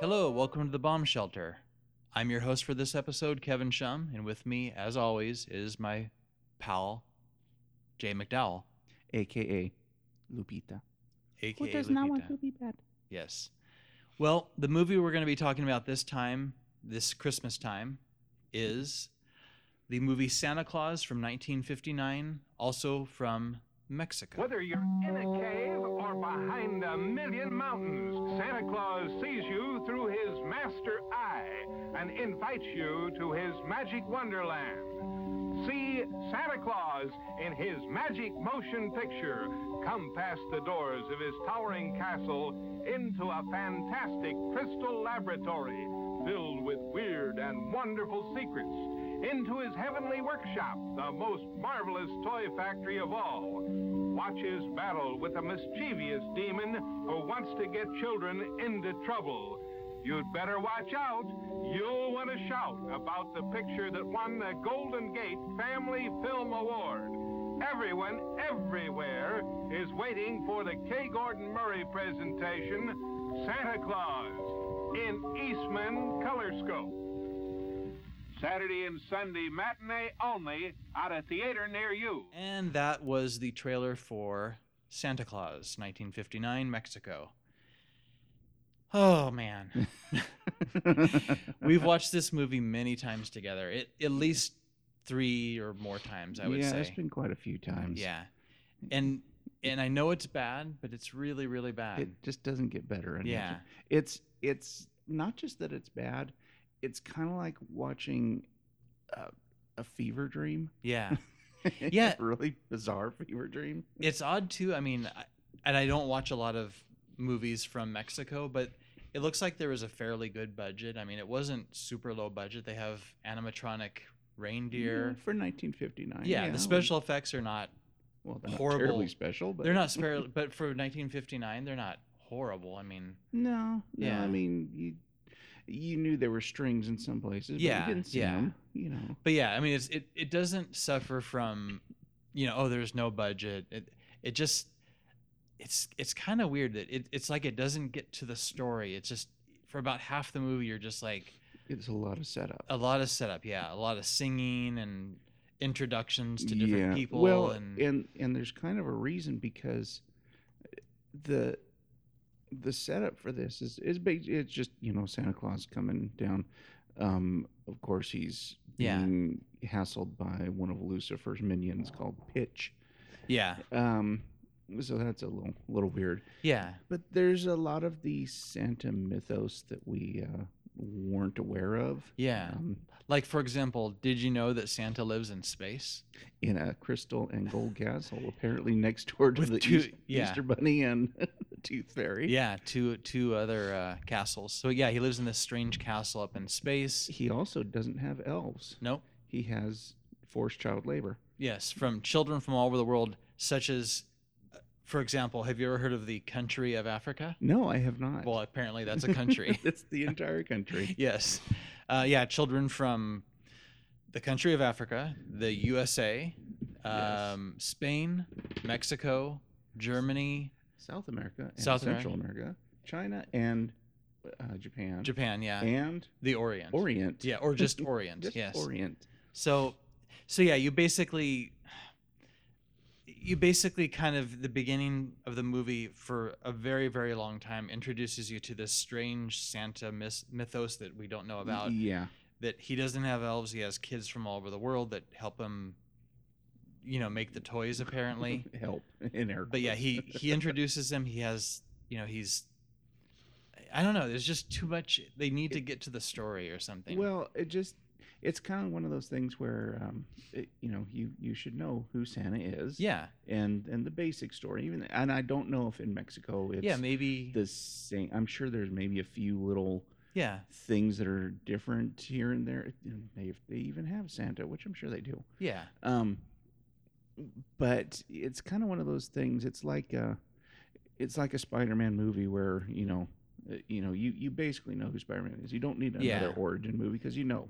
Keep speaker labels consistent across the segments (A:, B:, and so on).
A: Hello, welcome to the Bomb Shelter. I'm your host for this episode, Kevin Shum, and with me, as always, is my pal, Jay McDowell,
B: aka Lupita.
A: aka
C: Who does not want
A: Lupita.
C: to be bad?
A: Yes. Well, the movie we're going to be talking about this time, this Christmas time, is the movie Santa Claus from 1959, also from Mexico.
D: Whether you're in a cave or behind a million mountains, Santa Claus sees you through his master eye and invites you to his magic wonderland. See Santa Claus in his magic motion picture come past the doors of his towering castle into a fantastic crystal laboratory filled with weird and wonderful secrets into his heavenly workshop, the most marvelous toy factory of all. Watch his battle with a mischievous demon who wants to get children into trouble. You'd better watch out. You'll want to shout about the picture that won the Golden Gate Family Film Award. Everyone, everywhere, is waiting for the K. Gordon Murray presentation, Santa Claus, in Eastman Colorscope. Saturday and Sunday matinee only at a theater near you.
A: And that was the trailer for Santa Claus, 1959, Mexico. Oh, man. We've watched this movie many times together, it, at least three or more times, I would
B: yeah,
A: say.
B: it's been quite a few times.
A: Yeah. And and I know it's bad, but it's really, really bad.
B: it just doesn't get better. And
A: yeah.
B: it's it's not just that it's bad; it's kind of like watching a, a fever dream.
A: Yeah. Yeah.
B: a really bizarre fever dream.
A: It's odd too. I mean, I, and I don't watch a lot of movies from Mexico, but it looks like there was a fairly good budget. I mean, it wasn't super low budget. They have animatronic reindeer.
B: for 1959.
A: Yeah, the special effects are not
B: Well, they're not
A: horrible-
B: terribly special, but
A: they're not spare but for 1959, they're not horrible. I mean,
B: No, no.
A: Yeah.
B: I mean, you you knew there were strings in some places. but
A: Yeah,
B: you didn't see
A: yeah.
B: 'em, You know,
A: but yeah, I mean, it's it it doesn't suffer from, you know, oh, there's no budget. It it just it's it's kind of weird that it, it's like it doesn't get to the story. It's just for about half the movie, you're just like
B: it's a lot of setup.
A: a lot of setup, yeah, a lot of singing and introductions to different people.
B: Well,
A: and,
B: and and there's kind of a reason because the the setup for this is is big. It's just you know Santa Claus coming down. Um, of course, he's
A: Yeah.
B: being hassled by one of Lucifer's minions called Pitch.
A: yeah,
B: Um, so that's a little little weird.
A: yeah,
B: But there's a lot of the Santa mythos that we uh, weren't aware of.
A: yeah.
B: Um,
A: Like for example, did you know that Santa lives in space?
B: in a crystal and gold castle, apparently next door to
A: With
B: the
A: two-
B: Eas-
A: yeah.
B: Easter Bunny and the Tooth Fairy.
A: Yeah, two two other uh, castles. So yeah, he lives in this strange castle up in space.
B: He also doesn't have elves.
A: Nope.
B: He has forced child labor.
A: Yes, from children from all over the world, such as, uh, for example, have you ever heard of the country of Africa?
B: No, I have not.
A: Well, apparently that's a country.
B: That's the entire country.
A: yes. Uh, yeah, children from the country of Africa, the USA, um, Spain, Mexico, Germany,
B: South America, and
A: South
B: Central America. China, and uh, Japan,
A: Japan, yeah,
B: and
A: the Orient.
B: Orient.
A: Yeah, or just Orient.
B: Just
A: yes.
B: Orient.
A: So, so yeah, you basically, you basically kind of the beginning of the movie for a very very long time introduces you to this strange Santa mys- mythos that we don't know about.
B: yeah.
A: That he doesn't have elves; he has kids from all over the world that help him, you know, make the toys apparently.
B: help in air.
A: but yeah, he he introduces them. He has you know he's. I don't know. There's just too much. They need to get to the story or something.
B: Well, it just it's kind of one of those things where um, it, you know you you should know who Santa is.
A: yeah,
B: And and the basic story even and I don't know if in Mexico it's
A: yeah, maybe,
B: the same. I'm sure there's maybe a few little
A: yeah,
B: things that are different here and there. They they even have Santa, which I'm sure they do.
A: yeah,
B: Um, but it's kind of one of those things. It's like a, it's like a Spider-Man movie where you know, uh, you know, you you basically know who Spider-Man is. You don't need another
A: Yeah.
B: origin movie because you know,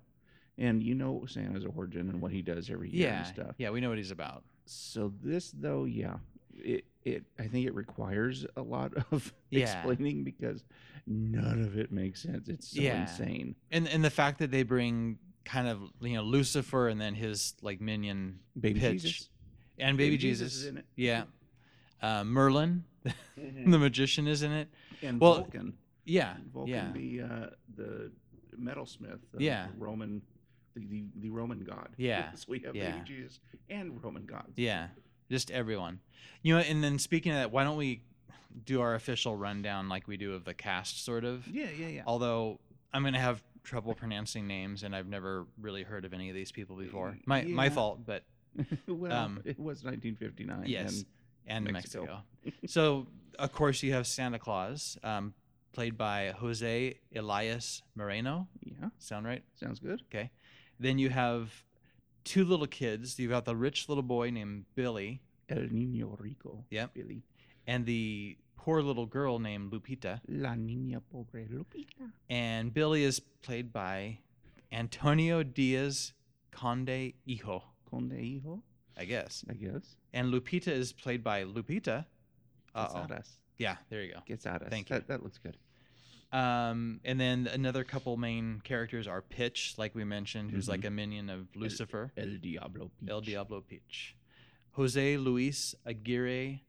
B: and you know Santa's origin and what he does every year
A: yeah,
B: and stuff.
A: yeah. We know what he's about.
B: So this though, yeah, it it I think it requires a lot of
A: Yeah.
B: explaining because none of it makes sense. It's so
A: Yeah.
B: insane.
A: and and the fact that they bring kind of you know Lucifer and then his like minion
B: Baby
A: Pitch.
B: Jesus.
A: and baby, Jesus,
B: is in it. Hmm.
A: yeah, uh, Merlin, the magician, is in it.
B: And
A: Well,
B: Vulcan.
A: Yeah,
B: Vulcan
A: yeah,
B: the uh, the metalsmith, the
A: Yeah.
B: Roman the, the, the Roman god.
A: Yeah,
B: so we have
A: yeah.
B: baby Jesus and Roman gods.
A: yeah. Just everyone, you know. And then speaking of that, why don't we do our official rundown like we do of the cast, sort of?
B: Yeah, yeah, yeah.
A: Although I'm gonna have trouble pronouncing names, and I've never really heard of any of these people before. My my
B: Yeah.
A: fault, but
B: well,
A: um,
B: it was 1959.
A: Yes, and, Mexico.
B: Mexico.
A: so, of course, you have Santa Claus, um, played by Jose Elias Moreno.
B: and- yeah,
A: Sound right?
B: sounds good.
A: Then you have two little kids. You've got the rich little boy named Billy
B: El Niño Rico.
A: Yep.
B: Billy.
A: and the poor little girl named Lupita.
B: La Niña Pobre Lupita.
A: And Billy is played by Antonio Diaz Conde Hijo,
B: Conde Hijo,
A: I guess.
B: I guess.
A: And Lupita is played by Lupita. Uh oh.
B: Quesadas.
A: Yeah, there you go.
B: Quesadas.
A: Thank
B: that, That looks good.
A: Um, and then another couple main characters are Pitch, like we mentioned, who's like a minion of Lucifer,
B: El Diablo. Mm-hmm. Peach.
A: El Diablo Pitch, Jose Luis Aguirre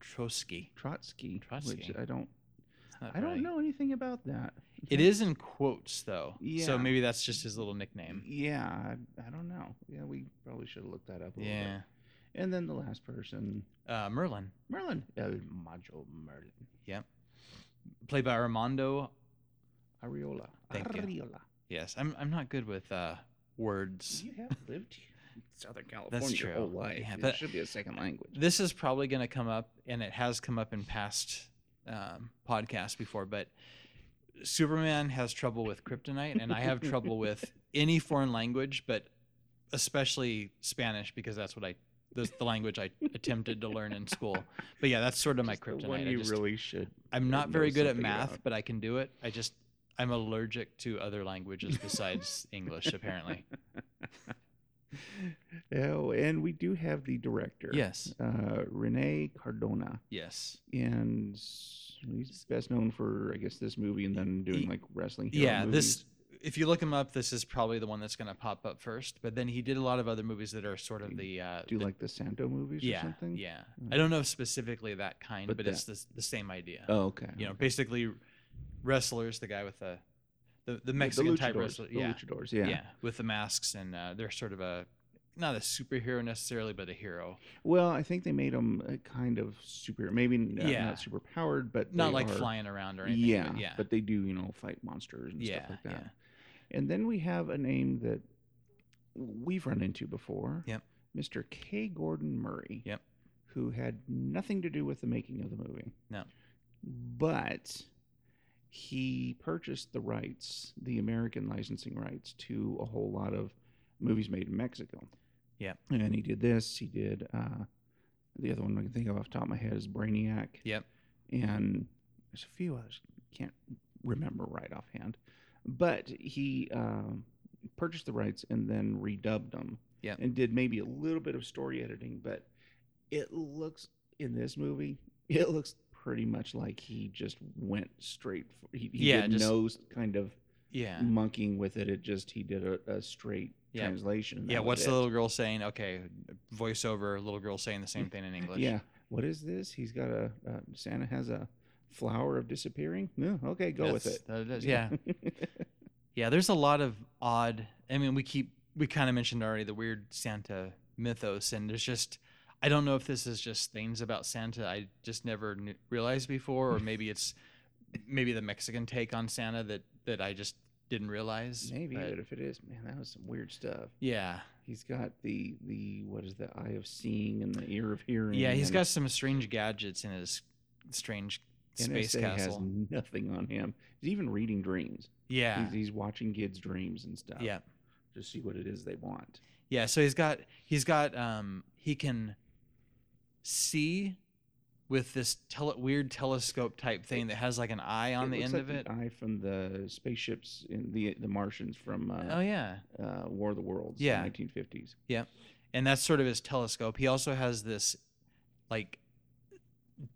A: Trotsky.
B: Trotsky.
A: Trotsky.
B: Which I don't.
A: It's not
B: I don't
A: really-
B: know anything about that.
A: It is in quotes though,
B: Yeah. Mm,
A: so maybe that's just his little nickname.
B: Yeah, I, I don't know. Yeah, we probably should have looked that up. A little
A: Yeah,
B: Bit. And then the last person,
A: uh, Merlin,
B: Merlin. El Majo Merlin.
A: played by Armando.
B: Ariola.
A: Thank you.
B: Ariola.
A: Yes, I'm I'm not good with uh, words.
B: You have lived here in Southern California
A: That's
B: your whole
A: true.
B: life.
A: Yeah,
B: it
A: but-
B: should be a second language.
A: This is probably going to come up, and it has come up in past um, podcasts before, but Superman has trouble with kryptonite, and I have trouble with any foreign language, but especially Spanish because that's what I that's the language I attempted to learn in school. But yeah, that's sort of my
B: Just the
A: kryptonite.
B: one
A: I
B: you
A: just-
B: really should.
A: I'm not
B: know
A: very good at
B: something
A: math,
B: about.
A: but I can do it. I just I'm allergic to other languages besides English, apparently.
B: Oh, and we do have the director.
A: Yes.
B: Uh, Rene Cardona,
A: Yes.
B: and he's best known for, I guess, this movie, and then doing
A: Y-
B: like wrestling. hero
A: Yeah, this
B: movies.
A: if you look him up, this is probably the one that's going to pop up first. But then he did a lot of other movies that are sort of
B: Do
A: the uh,
B: Do you
A: the-
B: like the Santo movies
A: yeah
B: or something?
A: yeah.
B: Mm.
A: I don't know if specifically that kind, but,
B: But
A: it's the, s- the same idea.
B: Oh, okay.
A: you know,
B: okay.
A: basically wrestlers, the guy with the the, the
B: Yeah,
A: Mexican
B: the
A: type
B: luchadors,
A: wrestler,
B: the
A: yeah,
B: luchadors, yeah.
A: yeah, with the masks, and uh, they're sort of a not a superhero necessarily, but a hero.
B: Well, I think they made them a kind of super, maybe n- uh,
A: Yeah.
B: not super powered, but
A: not
B: they
A: like
B: are-
A: flying around or anything.
B: yeah,
A: but yeah,
B: but they do, you know, fight monsters and
A: yeah,
B: stuff like that. And then we have a name that we've run into before.
A: Yep.
B: Mr. K. Gordon Murray.
A: Yep.
B: Who had nothing to do with the making of the movie.
A: No.
B: But he purchased the rights, the American licensing rights to a whole lot of movies made in Mexico.
A: Yep.
B: And he did this. He did uh, the other one I can think of off the top of my head is Brainiac.
A: Yep.
B: And there's a few others can't remember right offhand, but he um, purchased the rights and then redubbed them.
A: Yep.
B: And did maybe a little bit of story editing, but it looks in this movie, it looks pretty much like he just went straight. For, he he
A: Yeah,
B: did
A: just-
B: no s- kind of
A: yeah, yeah.
B: monkeying with it. It just he did a, a straight
A: Yeah.
B: translation. and
A: Yeah,
B: that was
A: what's the
B: it.
A: little girl saying? Okay, voiceover, little girl saying the same thing in English.
B: Yeah. What is this? He's got a uh, Santa has a flower of disappearing. No, okay, go with
A: That's-
B: it.
A: that is- Yeah. Yeah, there's a lot of odd. I mean, we keep we kind of mentioned already the weird Santa mythos, and there's just I don't know if this is just things about Santa I just never knew, realized before, or maybe it's maybe the Mexican take on Santa that that I just didn't realize.
B: Maybe,
A: but
B: but if it is, man, that was some weird stuff.
A: yeah,
B: He's got the the what is the eye of seeing and the ear of hearing.
A: yeah, he's
B: and
A: got some strange gadgets in his strange space
B: NSA
A: castle.
B: has nothing on him. He's even reading dreams.
A: yeah,
B: He's, he's watching kids' dreams and stuff.
A: yeah.
B: to see what it is they want.
A: Yeah, so he's got he's got um he can see with this tele- weird telescope type thing that has like an eye on the end
B: looks like
A: of it.
B: the eye from the spaceships in the the Martians from
A: oh
B: uh,
A: yeah.
B: uh, War of the Worlds.
A: Yeah.
B: nineteen fifties.
A: And that's sort of his telescope. He also has this like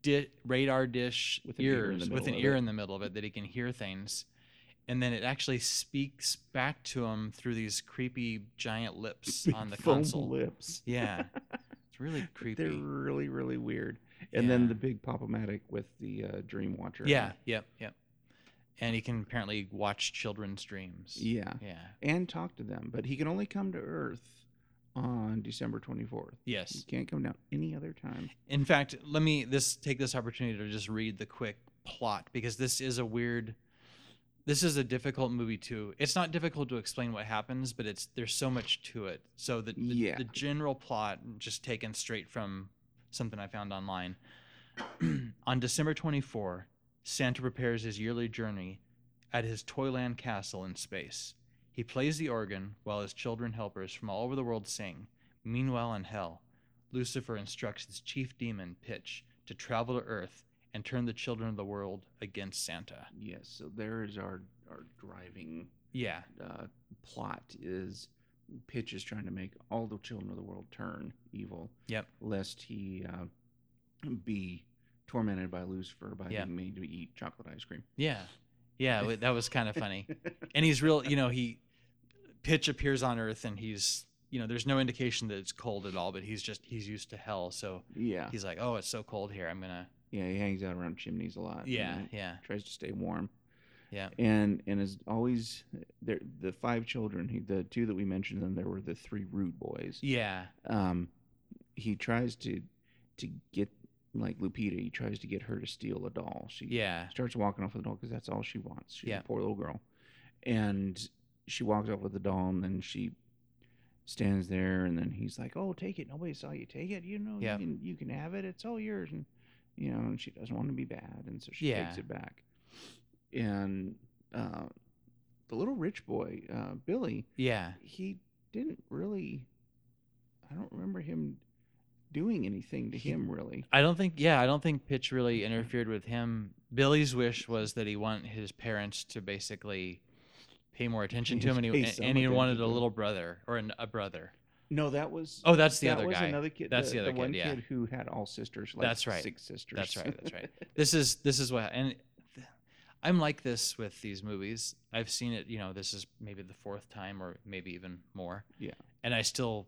A: di- radar dish
B: With an ear in the
A: ears with
B: middle
A: an
B: of
A: ear
B: it.
A: in the middle of it that he can hear things, and then it actually speaks back to him through these creepy giant lips on the
B: Foam
A: console.
B: lips.
A: Yeah, it's really
B: They're
A: creepy.
B: really, really weird. And then
A: Yeah.
B: the big Pop-O-Matic with the uh, Dream Watcher. on
A: Yeah,
B: it.
A: yep, yep. And he can apparently watch children's dreams.
B: Yeah.
A: Yeah.
B: And talk to them. But he can only come to Earth on December 24th. He
A: Yes.
B: can't come down any other time.
A: In fact, let me this take this opportunity to just read the quick plot because this is a weird this is a difficult movie too. It's not difficult to explain what happens, but it's there's so much to it. So the the,
B: Yeah.
A: the general plot just taken straight from something I found online. On December 24, Santa prepares his yearly journey at his Toyland castle in space. He plays the organ while his children helpers from all over the world sing. Meanwhile, in hell, Lucifer instructs his chief demon, Pitch, to travel to Earth and turn the children of the world against Santa.
B: Yes. So there is our, our driving
A: Yeah,
B: uh, plot is Pitch is trying to make all the children of the world turn evil.
A: Yep.
B: Lest he uh, be tormented by Lucifer by
A: Yeah.
B: being made to eat chocolate ice cream.
A: yeah, yeah. wa- That was kind of funny. And he's real, you know, he, Pitch appears on Earth and he's, you know, there's no indication that it's cold at all, but he's just, he's used to hell. So
B: yeah.
A: he's like, oh, it's so cold here. I'm going to,
B: Yeah. He hangs out around chimneys a lot. you
A: yeah,
B: know,
A: yeah,
B: Tries to stay warm.
A: yeah.
B: And and is always there. The five children, he, the two that we mentioned, then there were the three rude boys.
A: Yeah,
B: um, he tries to to get like Lupita. He tries to get her to steal a doll. She
A: yeah,
B: starts walking off with the doll because that's all she wants. She's
A: Yeah.
B: a poor little girl, and she walks off with the doll, and then she stands there, and then he's like, "Oh, take it! Nobody saw you take it. You know,
A: Yeah.
B: you can you can have it. It's all yours." And you know, and she doesn't want to be bad, and so she takes
A: Yeah.
B: it back. And uh, the little rich boy, uh, Billy,
A: yeah,
B: he didn't really i don't remember him doing anything to him really
A: I don't think yeah, I don't think Pitch really
B: Mm-hmm.
A: interfered with him. Billy's wish was that he want his parents to basically pay more attention to him and
B: Pay
A: he, and-
B: some
A: and he wanted
B: attention to
A: a
B: him.
A: little brother or an, a brother.
B: no that was
A: Oh, that's the
B: that
A: other
B: was
A: guy.
B: another kid
A: That's the other kid,
B: one
A: yeah.
B: kid who had all sisters like
A: That's right.
B: six sisters
A: That's right, that's right. This is this is what and th- I'm like this with these movies. I've seen it, you know, this is maybe the fourth time or maybe even more.
B: Yeah.
A: And I still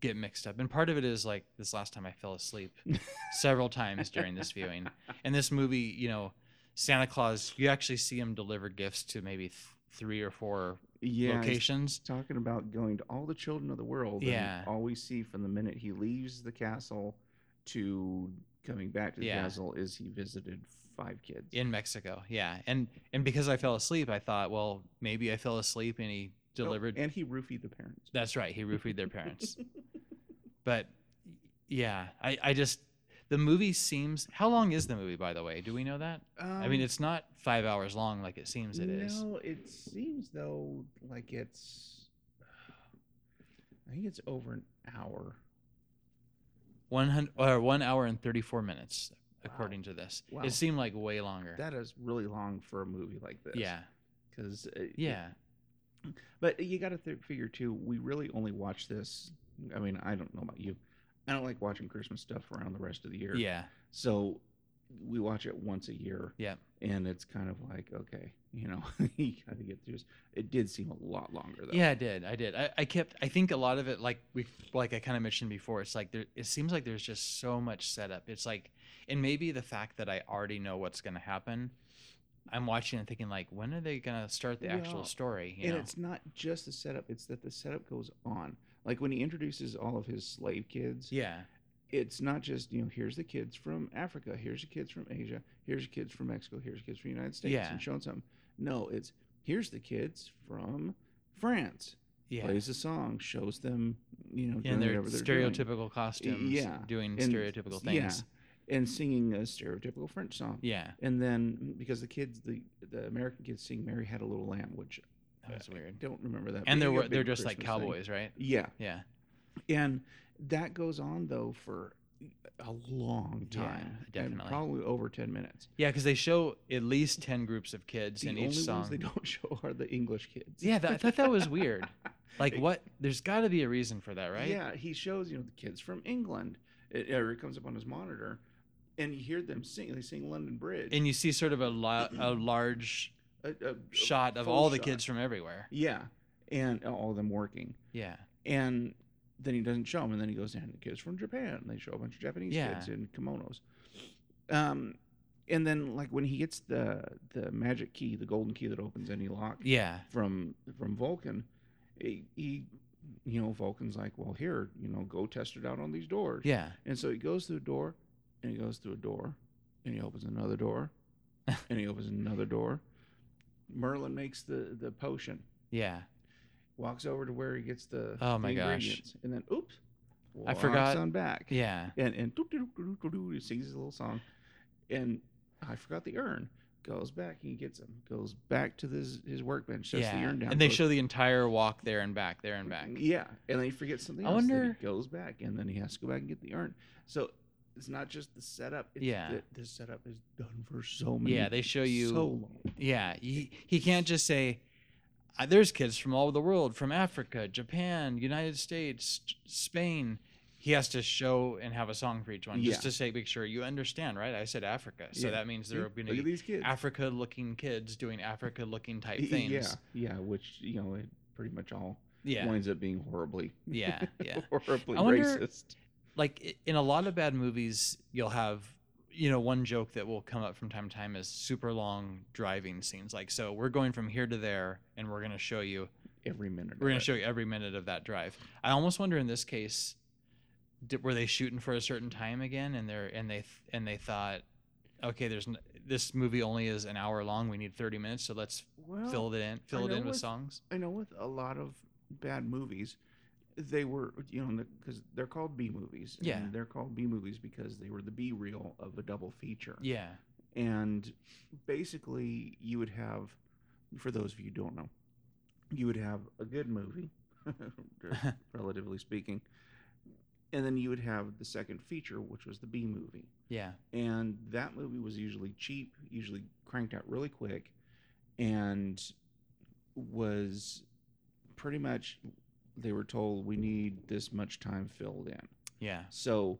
A: get mixed up. And part of it is like this last time I fell asleep several times during this viewing. And this movie, you know, Santa Claus, you actually see him deliver gifts to maybe th- three or four
B: yeah he's
A: locations.
B: talking about going to all the children of the world and
A: Yeah.
B: all we see from the minute he leaves the castle to coming back to the
A: Yeah.
B: castle is he visited five kids
A: in Mexico. Yeah. And and because I fell asleep, I thought, well, maybe I fell asleep and he
B: Oh,
A: delivered
B: and he roofied the parents
A: That's right. He roofied their parents. but yeah, I, I just the movie seems how long is the movie by the way? Do we know that? I mean,
B: Um,
A: it's not 5 hours long like it seems it is.
B: No, it seems though like it's. I think it's over an hour.
A: 100 or 1 hour and 34 minutes
B: Wow.
A: according to this.
B: Wow.
A: It seemed like way longer.
B: That is really long for a movie like this. uh,
A: yeah.
B: Because
A: Yeah.
B: but you got to th- figure too. We really only watch this. I mean, I don't know about you. I don't like watching Christmas stuff around the rest of the year.
A: Yeah.
B: So we watch it once a year.
A: Yeah.
B: And it's kind of like okay, you know, you got to get through. This. It did seem a lot longer though.
A: Yeah, I did. I did. I, I kept. I think a lot of it, like we, like I kind of mentioned before, it's like there. It seems like there's just so much setup. It's like, and maybe the fact that I already know what's going to happen, I'm watching and thinking like, when are they going to start the actual
B: Well,
A: story? You
B: and
A: know?
B: it's not just the setup; it's that the setup goes on. Like when he introduces all of his slave kids,
A: yeah,
B: it's not just you know here's the kids from Africa, here's the kids from Asia, here's the kids from Mexico, here's the kids from the United States,
A: Yeah.
B: and showing something. No, it's here's the kids from France.
A: yeah.
B: Plays a song, shows them you know doing
A: In their
B: whatever they're doing.
A: stereotypical costumes.
B: yeah,
A: Doing
B: and-
A: stereotypical
B: yeah,
A: things.
B: and singing a stereotypical French song.
A: Yeah.
B: And then because the kids, the the American kids sing "Mary Had a Little Lamb," which
A: That
B: Uh,
A: was weird.
B: don't remember that.
A: And
B: being
A: they're
B: a
A: wa- they're
B: big
A: just like
B: Christmas thing.
A: cowboys, right?
B: Yeah,
A: Yeah.
B: and that goes on though for a long
A: Yeah,
B: time, and
A: definitely.
B: probably over ten minutes.
A: Yeah, because they show at least ten groups of kids
B: The
A: in
B: only
A: each song.
B: ones they don't show are the English kids.
A: Yeah, that, I thought that was weird. Like,
B: Ex-
A: what? There's got to be a reason for that, right?
B: e, Yeah, he shows you know the kids from England. It, or it comes up on his monitor, and you hear them sing. They sing London Bridge.
A: and you see sort of a, la- a large
B: a, a- a
A: shot of
B: full
A: all the
B: shot.
A: kids from everywhere.
B: Yeah, and uh, all of them working.
A: Yeah,
B: And then he doesn't show them, and then he goes down to kids from Japan, and they show a bunch of Japanese
A: Yeah.
B: kids in kimonos. Um, and then like when he gets the the magic key, the golden key that opens any lock
A: yeah,
B: from from Vulcan, he, he you know Vulcan's like, well here, you know, go test it out on these doors.
A: yeah.
B: And so he goes through a door, and he goes through a door, and he opens another door, and he opens another door. Merlin makes the the potion,
A: Yeah.
B: walks over to where he gets the
A: Oh
B: the
A: my gosh.
B: ingredients, and then oops,
A: I
B: walks
A: forgot-
B: on back,
A: Yeah.
B: and and doop, doop, doop, doop, doop, he sings his little song, and I forgot the urn. Goes back, he gets him. Goes back to this his workbench, shuts
A: yeah.
B: the urn down,
A: and they
B: goes-
A: show the entire walk there and back, there and back.
B: yeah, and then he forgets something
A: I
B: else. that
A: wonder-
B: he goes back, and then he has to go back and get the urn. So it's not just the setup. It's
A: Yeah.
B: that this setup is done for so many.
A: Yeah, they show you.
B: so long.
A: yeah, he, he can't just say, "Uh, "There's kids from all over the world, from Africa, Japan, United States, S- Spain." He has to show and have a song for each one,
B: Yeah.
A: just to say, make sure you understand, right? I said Africa, so
B: Yeah.
A: that means there are
B: Look
A: going
B: at
A: to be
B: these kids.
A: Africa-looking kids doing Africa-looking type
B: Y- y-
A: things.
B: Yeah, yeah, which you know it pretty much all
A: yeah,
B: winds up being horribly,
A: yeah, yeah.
B: horribly
A: I wonder-
B: racist.
A: like i- in a lot of bad movies you'll have you know one joke that will come up from time to time is super long driving scenes like so we're going from here to there and we're going to show you
B: Every minute. of
A: we're going
B: it.
A: to show you every minute of that drive i almost wonder in this case did, were they shooting for a certain time again and they're and they th- and they thought okay there's n- this movie only is an hour long we need 30 minutes so let's
B: Well,
A: fill it in fill it
B: know
A: in with
B: with-
A: songs
B: I know with a lot of bad movies, they were you know because they're called B movies. and
A: Yeah.
B: they're called B movies because they were the B reel of a double feature.
A: yeah
B: and basically you would have for those of you who don't know you would have a good movie relatively speaking and then you would have the second feature which was the b movie
A: yeah
B: and that movie was usually cheap usually cranked out really quick and was pretty much they were told we need this much time filled in
A: yeah
B: so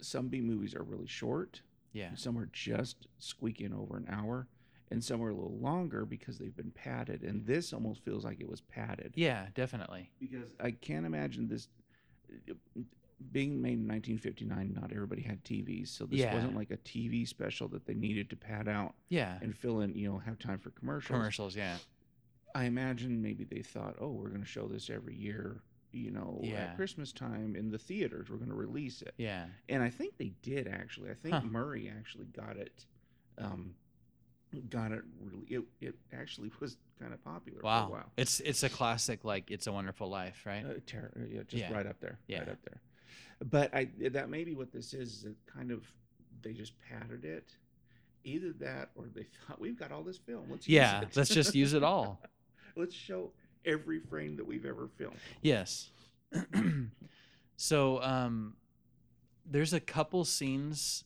B: some b movies are really short
A: yeah
B: some are just squeaking over an hour, and some are a little longer because they've been padded. And this almost feels like it was padded
A: yeah definitely
B: because I can't imagine this being made in 1959. Not everybody had TVs, so this
A: Yeah.
B: wasn't like a TV special that they needed to pad out
A: yeah
B: and fill in. You know, have time for commercials.
A: commercials yeah
B: I imagine maybe they thought, oh, we're going to show this every year. You know,
A: Yeah.
B: at Christmas time in the theaters, we're going to release it
A: yeah
B: and I think they did actually. I think
A: Huh.
B: Murray actually got it, um, got it really. It, it actually was kind of popular
A: Wow.
B: for a while.
A: It's it's a classic like It's a Wonderful Life, right?
B: Uh, ter- uh, yeah, just
A: Yeah.
B: right up there, right
A: Yeah.
B: up there. But I that may be what this is. is It kind of they just padded it. Either that, or they thought we've got all this film. Let's use
A: yeah,
B: it.
A: let's just use it all.
B: let's show every frame that we've ever filmed.
A: Yes. so um there's a couple scenes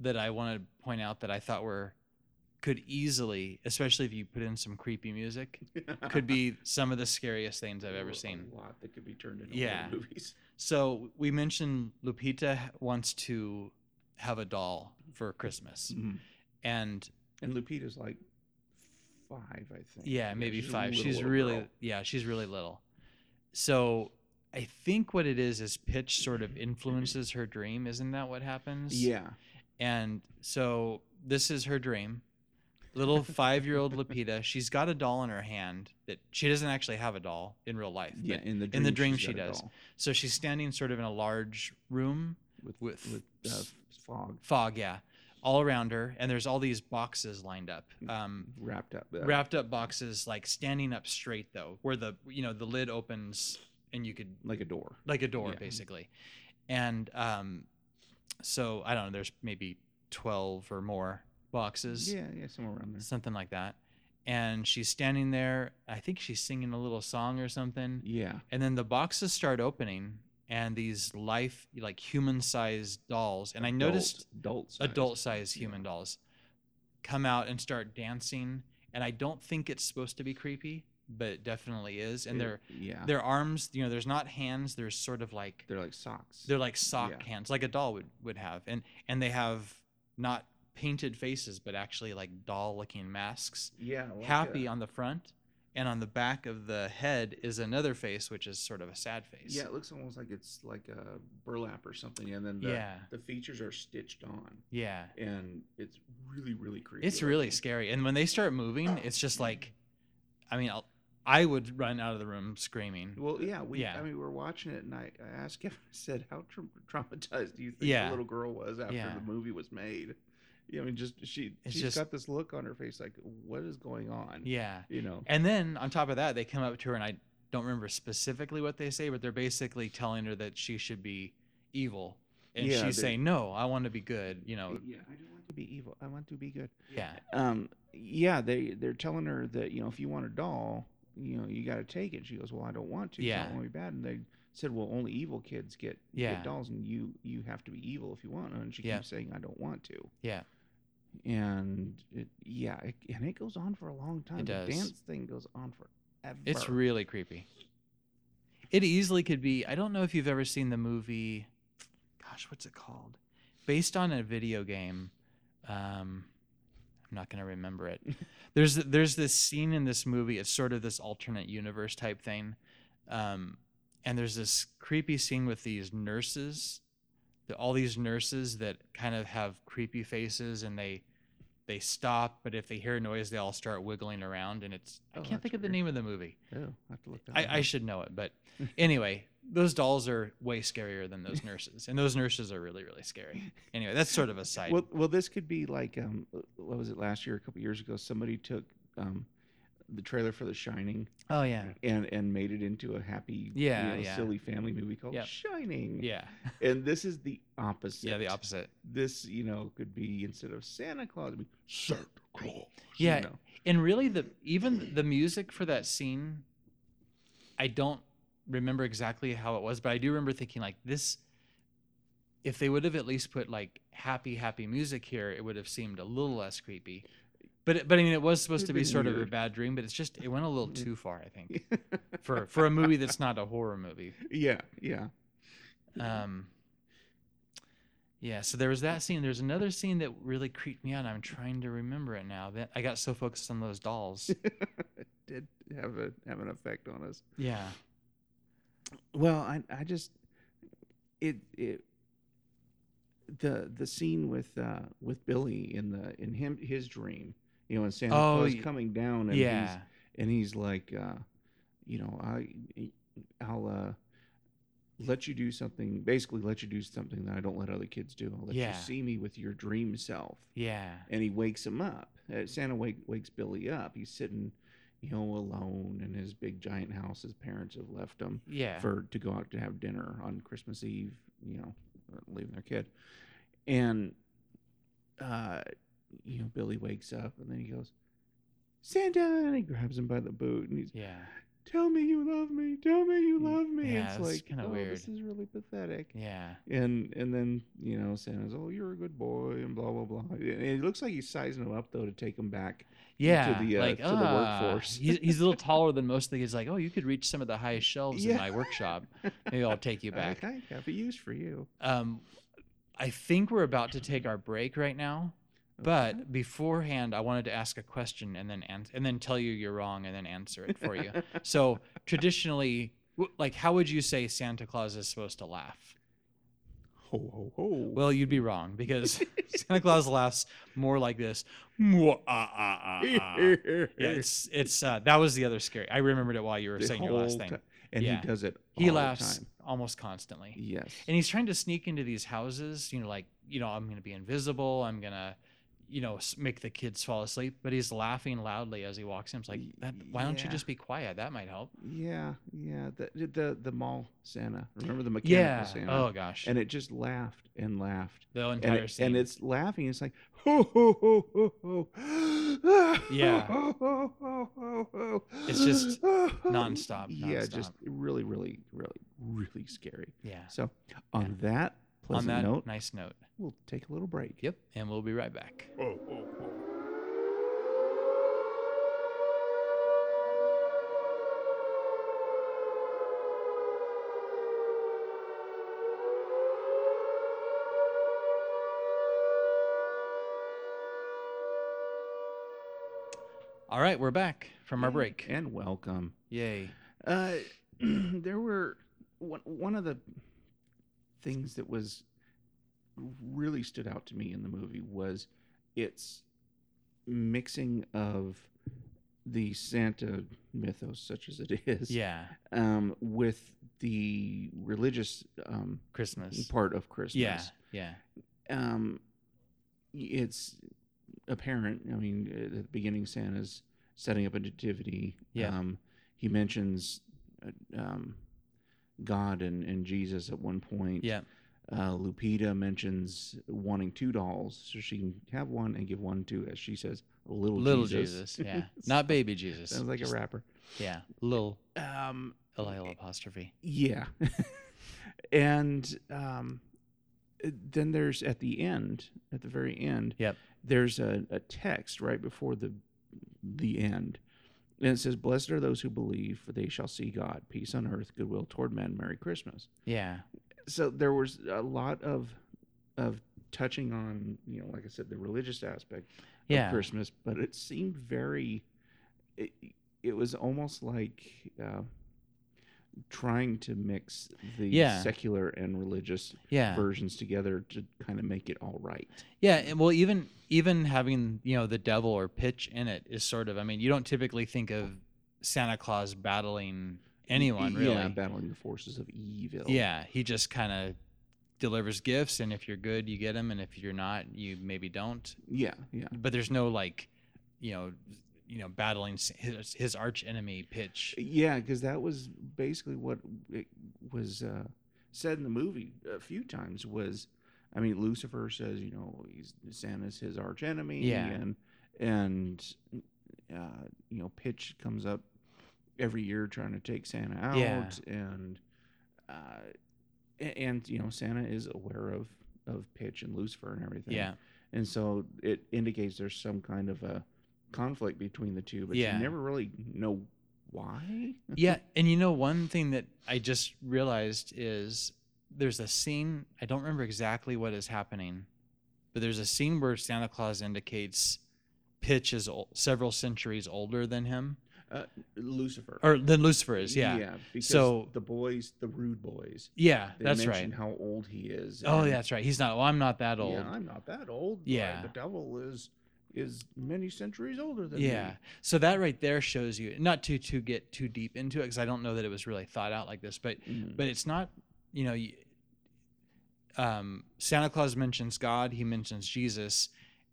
A: that I want to point out that I thought were could easily, especially if you put in some creepy music, could be some of the scariest things I've ever
B: A
A: seen.
B: lot that could be turned into
A: Yeah.
B: horror movies.
A: So we mentioned Lupita wants to have a doll for Christmas. And
B: And Lupita's like five, I think.
A: Yeah, maybe
B: she's a
A: five.
B: little
A: She's
B: little
A: really
B: girl.
A: yeah, she's really little. So I think what it is is pitch sort of influences her dream, isn't that what happens?
B: Yeah.
A: And so this is her dream. Little five year old Lupita, she's got a doll in her hand that she doesn't actually have a doll in real life.
B: Yeah.
A: but-
B: In the
A: in the dream
B: she's
A: she
B: got a
A: does.
B: doll
A: so she's standing sort of in a large room,
B: with
A: with-
B: with uh, f- fog
A: fog, yeah, all around her, and there's all these boxes lined up. Um,
B: wrapped up. uh,
A: wrapped up boxes like standing up straight though where the you know the lid opens and you could
B: like a door.
A: like a door
B: Yeah.
A: basically and um so i don't know there's maybe 12 or more boxes
B: Yeah, yeah, somewhere around there.
A: something like that and she's standing there i think she's singing a little song or something
B: Yeah.
A: and then the boxes start opening and these life like human sized dolls and i noticed
B: adult size.
A: adult sized
B: Yeah.
A: human dolls come out and start dancing and i don't think it's supposed to be creepy but it definitely is. And
B: It-
A: their
B: yeah, they're,
A: their arms, you know, there's not hands. There's sort of like
B: like socks.
A: they're like sock
B: Yeah.
A: hands, like a doll would would have. And and they have not painted faces, but actually like doll looking masks.
B: yeah, like
A: Happy
B: a-
A: on the front, and on the back of the head is another face, which is sort of a sad face.
B: yeah, it looks almost like it's like a burlap or something, and then the,
A: yeah,
B: the features are stitched on,
A: yeah.
B: and it's really really creepy.
A: It's really
B: looking.
A: scary. And when they start moving, it's just like, I mean, I'll, I would run out of the room screaming.
B: Well, yeah, we.
A: Yeah.
B: I mean, we were watching it, and I, I asked Kevin. I said, "How tra- traumatized do you think
A: Yeah.
B: the little girl was after
A: Yeah.
B: the movie was made?" Yeah, I mean, just she.
A: It's
B: she's
A: just-
B: got this look on her face, like, "What is going on?"
A: yeah.
B: You know.
A: And then on top of that, they come up to her, and I don't remember specifically what they say, but they're basically telling her that she should be evil. And
B: Yeah,
A: she's
B: they-
A: saying, no, I want to be good. You know,
B: Yeah, I don't want to be evil. I want to be good.
A: yeah.
B: Um. Yeah, they they're telling her that you know if you want a doll, you know you got to take it. She goes, "Well, I don't want to.
A: Yeah.
B: It's only bad." And they said, "Well, only evil kids get
A: Yeah.
B: get dolls, and you you have to be evil if you want." And she
A: Yeah.
B: keeps saying, "I don't want to."
A: Yeah.
B: and it, yeah, it, and it goes on for a long time.
A: does.
B: The dance thing goes on forever.
A: It's really creepy. It easily could be. I don't know if you've ever seen the movie. Gosh, what's it called? Based on a video game. Um, I'm not gonna remember it. There's there's this scene in this movie. It's sort of this alternate universe type thing. Um, and there's this creepy scene with these nurses. The, all these nurses that kind of have creepy faces, and they they stop, but if they hear a noise, they all start wiggling around. And it's I
B: Oh,
A: can't
B: that's
A: think of the
B: weird.
A: name of the movie.
B: Oh, I have to look that one
A: I, I
B: up.
A: should know it, but anyway, those dolls are way scarier than those nurses, and those nurses are really, really scary. Anyway, that's sort of a side.
B: Well, well, this could be like um, what was it last year? A couple years ago, somebody took um, the trailer for The Shining
A: oh yeah,
B: and and made it into a happy,
A: Yeah,
B: you know,
A: yeah.
B: silly family movie called
A: Yep.
B: Shining.
A: yeah,
B: And this is the opposite.
A: yeah, the opposite.
B: This, you know, could be instead of Santa Claus, it'd be Santa Claus. you
A: Yeah,
B: know.
A: and really, the even the music for that scene, I don't remember exactly how it was, but I do remember thinking like this. If they would have at least put like happy, happy music here, it would have seemed a little less creepy. But it, but I mean, it was supposed
B: It'd
A: to be
B: been
A: sort of a
B: weird. Mm.
A: bad dream, but it's just it went a little
B: Yeah.
A: too far, I think. for for a movie that's not a horror movie.
B: yeah, yeah.
A: Um, yeah, so there was that scene. There's another scene that really creeped me out. and I'm trying to remember it now. That I got so focused on those dolls.
B: did have a have an effect on us.
A: yeah,
B: Well, I I just it it the the scene with uh with Billy in the in him his dream, you know, and Santa
A: Oh,
B: Claus
A: y-
B: coming down and
A: yeah,
B: he's and he's like uh you know, I I'll uh let you do something basically let you do something that I don't let other kids do. I'll let
A: Yeah.
B: you see me with your dream self
A: yeah,
B: and he wakes him up. Uh, Santa wake, wakes Billy up. He's sitting, you know, alone in his big giant house. His parents have left him
A: yeah,
B: for to go out to have dinner on Christmas Eve. You know, uh, leaving their kid, and uh, you know, Billy wakes up and then he goes, Santa, and he grabs him by the boot and he's,
A: yeah, Mm.
B: tell me you love me, tell me you love me.
A: Yeah,
B: it's
A: that's
B: like,
A: kinda
B: oh,
A: weird.
B: this is really pathetic
A: yeah,
B: and and then you know Santa's oh you're a good boy and blah blah blah. And it looks like he's sizing him up though to take him back.
A: yeah.
B: the, uh,
A: like
B: to the
A: ah,
B: workforce.
A: he's he's a little taller than most of the kids. Like, oh, you could reach some of the highest shelves in
B: Yeah.
A: my workshop. Maybe I'll take you back.
B: I, I have a use for you.
A: Um, I think we're about to take our break right now.
B: Okay.
A: But beforehand, I wanted to ask a question and then ans- and then tell you you're wrong and then answer it for you. so traditionally, w- like how would you say Santa Claus is supposed to laugh?
B: ho ho ho.
A: Well, you'd be wrong because Santa Claus laughs more like this. "Mwah, ah, ah, ah, ah." yeah, it's it's uh, that was the other scary. I remembered it while you were
B: The
A: saying your last
B: whole
A: thing.
B: ti- and
A: Yeah.
B: he does it.
A: he
B: all the
A: laughs
B: time.
A: almost constantly.
B: Yes.
A: and he's trying to sneak into these houses you know like you know i'm gonna be invisible i'm gonna you know s- make the kids fall asleep but he's laughing loudly as he walks in it's like
B: Y-
A: that why don't you
B: yeah.
A: just be quiet that might help
B: yeah, yeah. The, the the mall Santa. Remember the mechanical
A: yeah
B: Santa?
A: oh gosh
B: And it just laughed and laughed.
A: the
B: and,
A: entire
B: it-
A: scene
B: and it's laughing. It's like ho ho ho ho ho.
A: Yeah.
B: Ho, ho, ho, ho, ho.
A: It's just
B: Ah,
A: nonstop,
B: Yeah, just
A: nonstop.
B: really, really, really, really scary.
A: yeah
B: So on that
A: on
B: pleasant
A: that
B: note,
A: nice note
B: we'll take a little break.
A: yep and we'll be right back
D: Oh, oh, oh.
A: All right, we're back from our break.
B: And welcome.
A: Yay.
B: Uh, there were one, one of the things that was really stood out to me in the movie was its mixing of the Santa mythos, such as it is,
A: Yeah,
B: um, with the religious um,
A: Christmas.
B: part of Christmas.
A: Yeah, yeah.
B: um, it's apparent. I mean, at the beginning, Santa's setting up a nativity.
A: Yeah.
B: Um, he mentions uh, um, God and, and Jesus at one point.
A: Yeah.
B: Uh, Lupita mentions wanting two dolls, so she can have one and give one to, as she says, little,
A: Little
B: Jesus.
A: Jesus. Yeah. Not baby Jesus.
B: Sounds like
A: Just-
B: a rapper.
A: Yeah. Little
B: Um,
A: L I L apostrophe.
B: Yeah. and um, then there's at the end, at the very end,
A: Yep.
B: there's a, a text right before the the end. And it says, Blessed are those who believe, for they shall see God. Peace on earth, goodwill toward men. Merry Christmas.
A: Yeah.
B: So there was a lot of of touching on, you know, like I said, the religious aspect of
A: Yeah.
B: Christmas, but it seemed very. It, it was almost like uh, trying to mix the
A: Yeah.
B: secular and religious
A: Yeah.
B: versions together to kind of make it all right.
A: Yeah, and well, even even having you know the devil or pitch in it is sort of. I mean, you don't typically think of Santa Claus battling anyone,
B: Y-
A: really.
B: Yeah,
A: Yeah,
B: battling the forces of evil.
A: he just kind of delivers gifts, and if you're good, you get them, and if you're not, you maybe don't.
B: yeah, yeah.
A: But there's no like, you know, you know, battling s- his, his arch enemy pitch.
B: Yeah, because that was basically what it was uh, said in the movie a few times. Was I mean, Lucifer says, you know, he's, Santa's his arch enemy,
A: Yeah.
B: and and uh, you know, Pitch comes up every year trying to take Santa out,
A: Yeah.
B: and uh, a- and you know, Santa is aware of of Pitch and Lucifer and everything,
A: Yeah,
B: and so it indicates there's some kind of a conflict between the two, but
A: Yeah.
B: you never really know why.
A: yeah, and you know one thing that I just realized is there's a scene. I don't remember exactly what is happening, but there's a scene where Santa Claus indicates Pitch is ol- several centuries older than him,
B: Lucifer.
A: or than Lucifer is. Yeah, yeah,
B: Yeah. Because
A: So-
B: the boys, the rude boys, they
A: that's
B: mention
A: right.
B: how old he is.
A: Oh,
B: and,
A: yeah, that's right. He's not. Well, I'm not that old.
B: Yeah,
A: Yeah.
B: I'm not that old. Why,
A: Yeah.
B: The devil is is many centuries older than me.
A: So that right there shows you not to to get too deep into it because I don't know that it was really thought out like this, but
B: Mm.
A: but it's not you know y- um, santa claus mentions god he mentions jesus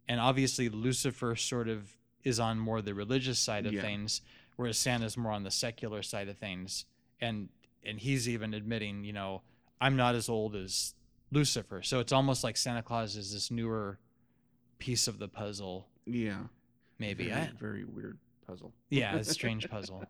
A: and obviously lucifer sort of is on more the religious side of
B: Yeah.
A: things whereas santa's more on the secular side of things and and he's even admitting you know i'm not as old as lucifer so it's almost like santa claus is this newer piece of the puzzle
B: Yeah.
A: maybe
B: Very,
A: I,
B: very weird puzzle.
A: yeah, it's a strange puzzle.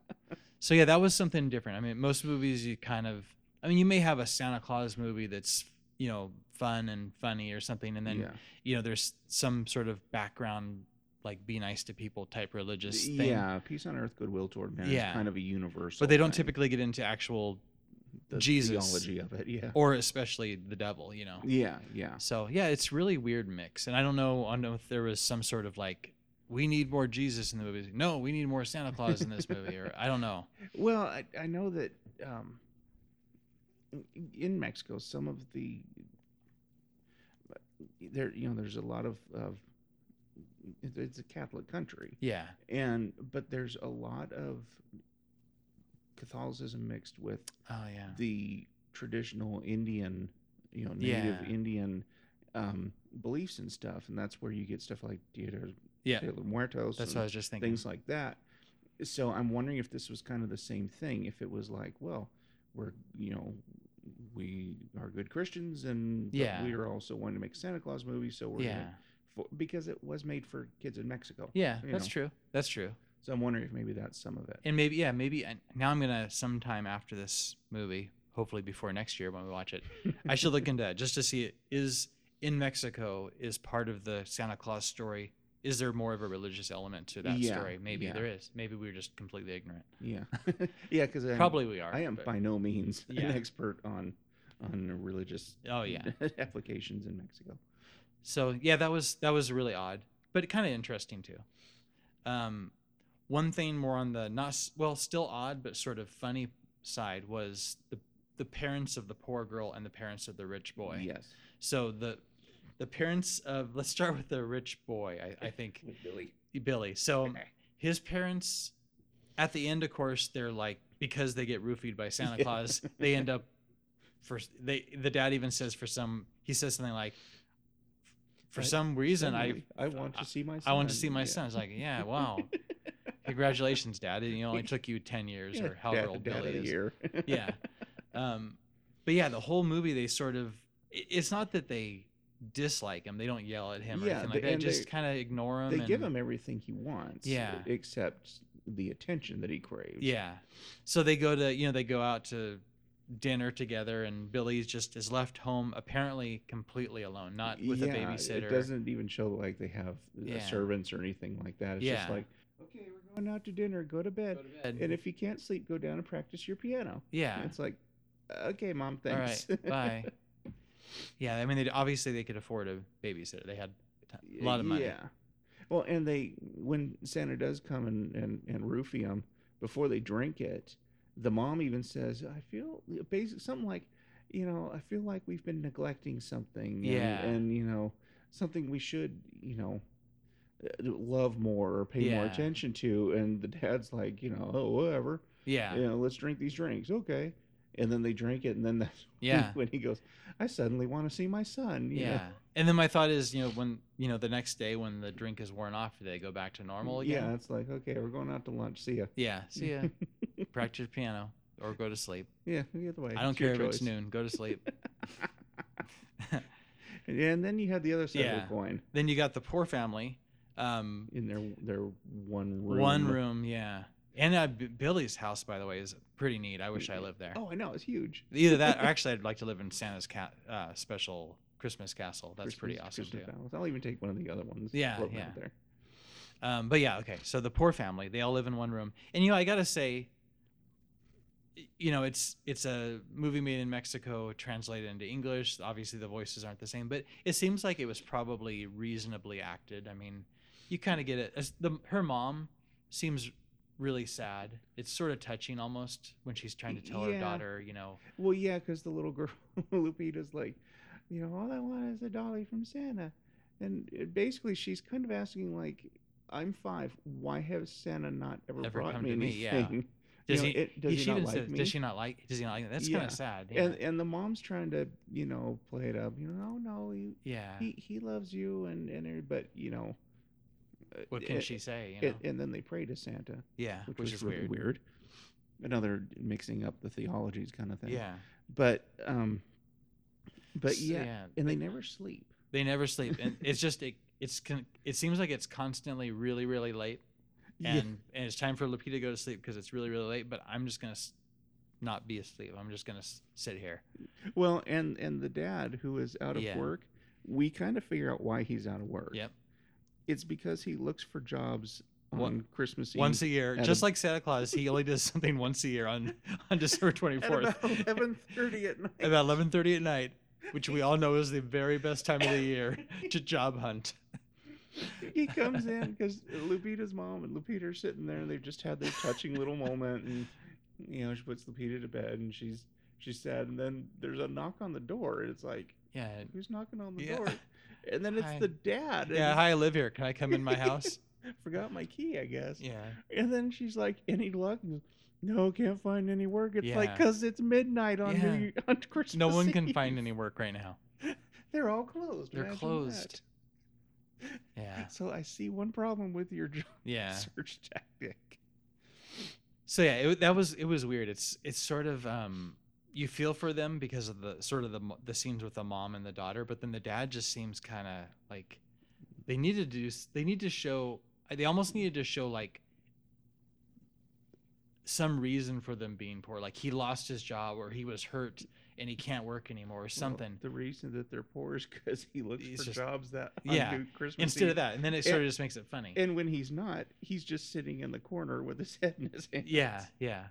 A: So yeah, that was something different. I mean, most movies you kind of I mean, you may have a Santa Claus movie that's, you know, fun and funny or something and then,
B: yeah.
A: you know, there's some sort of background like be nice to people type religious thing.
B: yeah, peace on earth, goodwill toward man.
A: Yeah.
B: It's kind of a universal.
A: But they don't
B: thing,
A: typically get into actual
B: the
A: Jesus.
B: theology of it. Yeah.
A: or especially the devil, you know.
B: yeah, yeah.
A: So yeah, it's really weird mix. And I don't know, I don't know if there was some sort of like we need more Jesus in the movie. No, we need more Santa Claus in this movie or I don't know.
B: Well, I, I know that um, in Mexico, some of the there, you know, there's a lot of, of it- it's a Catholic country,
A: Yeah.
B: and but there's a lot of Catholicism mixed with
A: Oh yeah.
B: the traditional Indian, you know, native
A: Yeah.
B: Indian um, beliefs and stuff, and that's where you get stuff like Dia de
A: Yeah.
B: de los Muertos.
A: That's
B: and-
A: what I was just thinking.
B: things like that. So I'm wondering if this was kind of the same thing. If it was like, well, we're you know, we are good Christians, and but
A: Yeah.
B: we are also wanting to make Santa Claus movies, so we're
A: yeah.
B: gonna, for, because it was made for kids in Mexico.
A: Yeah,
B: you
A: that's
B: know.
A: true. That's true.
B: So I'm wondering if maybe that's some of it.
A: And maybe yeah, maybe I, now I'm gonna sometime after this movie, hopefully before next year when we watch it, I should look into that just to see it is in Mexico is part of the Santa Claus story. Is there more of a religious element to that
B: Yeah,
A: story? Maybe
B: yeah.
A: there is. Maybe we are just completely ignorant.
B: Yeah, yeah, because
A: Probably we are.
B: I am
A: but-
B: by no means
A: Yeah.
B: an expert on on religious
A: Oh yeah.
B: applications in Mexico.
A: So yeah, that was that was really odd, but kind of interesting too. Um, One thing more on the not s- well, still odd but sort of funny side was the the parents of the poor girl and the parents of the rich boy.
B: Yes.
A: So the the parents of let's start with the rich boy. I, I think
B: Billy.
A: Billy. So his parents, at the end, of course, they're like because they get roofied by Santa
B: Yeah.
A: Claus, they end up first. They the dad even says for some he says something like, for
B: Right.
A: some reason I
B: Suddenly, I want to see my
A: I
B: son.
A: want to see my
B: Yeah.
A: son. It's like yeah, wow, congratulations, dad. It only took you ten years
B: Yeah,
A: or however
B: dad-
A: old
B: dad
A: Billy
B: of the
A: is
B: year.
A: yeah um but yeah the whole movie they sort of i- it's not that they dislike him they don't yell at him or
B: Yeah,
A: anything
B: they-
A: like that
B: and
A: just
B: they-
A: kind of ignore him
B: they give
A: and-
B: him everything he wants.
A: Yeah.
B: Except the attention that he craves.
A: yeah so they go to you know they go out to dinner together and billy's just is left home apparently completely alone not with a
B: Yeah,
A: babysitter
B: It doesn't even show like they have uh,
A: Yeah.
B: servants or anything like that. It's just
A: Yeah.
B: like, okay, we're going out to dinner. Go to bed.
A: Go to bed.
B: And if you can't sleep, go down and practice your piano.
A: yeah
B: And it's like, okay, mom,
A: all
B: thanks.
A: right bye yeah i mean they obviously they could afford a babysitter they had a t- lot of money
B: Yeah. Well, and they when Santa does come and and and roofie them before they drink it, the mom even says, "I feel basic something like, you know, I feel like we've been neglecting something. and-
A: Yeah.
B: And, you know, something we should, you know." uh, love more or pay more
A: Yeah.
B: attention to and the dad's like you know oh whatever
A: yeah
B: you know let's drink these drinks okay and then they drink it and then that's
A: yeah
B: when he goes i suddenly want to see my son you know?
A: Yeah. And then my thought is, you know, when you know the next day when the drink is worn off, do they go back to normal
B: Mm, Yeah,
A: again?
B: it's like okay, we're going out to lunch. See ya.
A: Yeah. See ya. Practice piano or go to sleep.
B: Yeah, the other way.
A: I don't
B: your
A: care if it's
B: choice.
A: noon. Go to sleep.
B: And, and then you had the other side of
A: Yeah.
B: the coin
A: then you got the poor family. Um,
B: in their their one room.
A: one room, yeah. And uh, B- Billy's house, by the way, is pretty neat. I wish I lived there.
B: Oh, I know it's huge.
A: Either that, or actually, I'd like to live in Santa's ca- uh, special Christmas castle. That's pretty
B: Christmas-
A: awesome
B: Christmas
A: too.
B: palace. I'll even take one of the other ones.
A: Yeah,
B: floating
A: yeah.
B: out There.
A: Um, but yeah, okay. So the poor family, they all live in one room, and you know, I gotta say, y- you know, it's it's a movie made in Mexico, translated into English. Obviously, the voices aren't the same, but it seems like it was probably reasonably acted. I mean, you kind of get it. As the her mom seems really sad. It's sort of touching almost when she's trying to tell
B: Yeah.
A: her daughter, you know,
B: Well, yeah, because the little girl Lupita's like, you know, all I want is a dolly from Santa, and it- basically she's kind of asking like, I'm five. Why has Santa not ever,
A: Ever
B: brought
A: come
B: me
A: to me, yeah.
B: anything?
A: does
B: know,
A: he?
B: it- does
A: he-
B: he
A: she
B: not
A: even
B: like
A: says,
B: me?
A: Does she not like? Does he not like? That's kind
B: Yeah.
A: of sad. Yeah.
B: and and the mom's trying to you know play it up you know "Oh, no no he
A: yeah.
B: he, he loves you and and every- but you know uh,
A: what can
B: a-
A: she say? You know?
B: a- and then they pray to santa
A: yeah, which,
B: which, was
A: is
B: really
A: weird.
B: weird another mixing up the theologies kind of thing
A: Yeah.
B: but um but
A: S-
B: yeah, and they never sleep
A: They never sleep, and it's just it. It's con- it seems like it's constantly really really late, and and it's time for Lupita to go to sleep because it's really really late. But I'm just gonna s- not be asleep. I'm just gonna s- sit here.
B: yeah well and and the dad who is out of
A: Yeah.
B: work we kind of figure out why he's out of work
A: Yep.
B: it's because he looks for jobs on
A: One-
B: christmas eve
A: once a year,
B: at
A: just
B: a-
A: like Santa Claus, he only does something once a year on on December 24th,
B: at about 11:30 at night
A: about 11:30 at night, which we all know is the very best time of the year to job hunt.
B: he comes in because Lupita's mom and Lupita are sitting there, and they've just had their touching little moment, and you know she puts Lupita to bed, and she's she's sad, and then there's a knock on the door, and it's like
A: Yeah,
B: who's knocking on the
A: Yeah.
B: door? And then it's
A: Hi.
B: the dad. and
A: yeah.
B: he's,
A: Hi, I live here. Can I come in my house?
B: forgot my key, I guess.
A: Yeah,
B: And then she's like, any luck? And goes, no, can't find any work. It's like 'cause like
A: Yeah.
B: because it's midnight on
A: Yeah.
B: New- on Christmas.
A: no one can
B: Eve.
A: find any work right now.
B: They're all closed.
A: They're
B: imagine
A: closed. Yeah,
B: that. So I see one problem with your job
A: yeah.
B: search tactic.
A: So yeah, it, wa- that was it was weird. It's it's sort of um you feel for them because of the sort of the mo- the scenes with the mom and the daughter, but then the dad just seems kind of like they needed to do s- they need to show they almost needed to show like some reason for them being poor like he lost his job or he was hurt and he can't work anymore or
B: Well,
A: something
B: the reason that they're poor is because he looks
A: He's
B: for
A: just-
B: jobs that on
A: yeah,
B: New Christmas
A: instead
B: Eve.
A: of that and then it sort of just makes it funny
B: And when he's not, he's just sitting in the corner with his head in his hands.
A: yeah yeah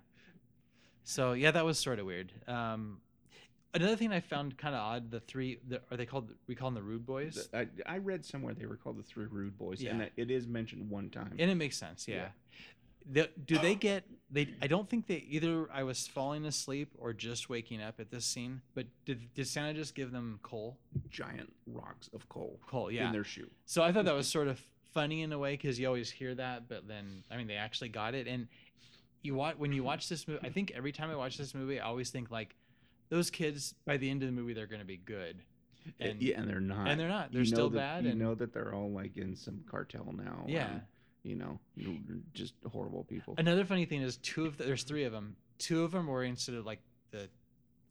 A: so yeah that was sort of weird um another thing i found kind of odd the three the, are they called we call them the rude boys
B: The- I, I read somewhere they were called the Three Rude Boys,
A: Yeah.
B: and that it is mentioned one time.
A: and it makes sense yeah,
B: Yeah.
A: The- do they get they i don't think they either i was falling asleep or just waking up at this scene but did, did santa just give them coal
B: giant rocks of coal
A: coal yeah
B: in their shoe.
A: so i thought that was sort of funny in a way because you always hear that but then i mean they actually got it and you watch when you watch this movie i think every time i watch this movie i always think like those kids by the end of the movie they're going to be good and
B: Eh, yeah, and they're not.
A: and they're not
B: You
A: they're
B: know
A: still
B: that-
A: bad
B: You
A: and
B: know that they're all like in some cartel now.
A: yeah
B: and, you know, you- just horrible people.
A: Another funny thing is two of the, there's three of them. Two of them were instead of like the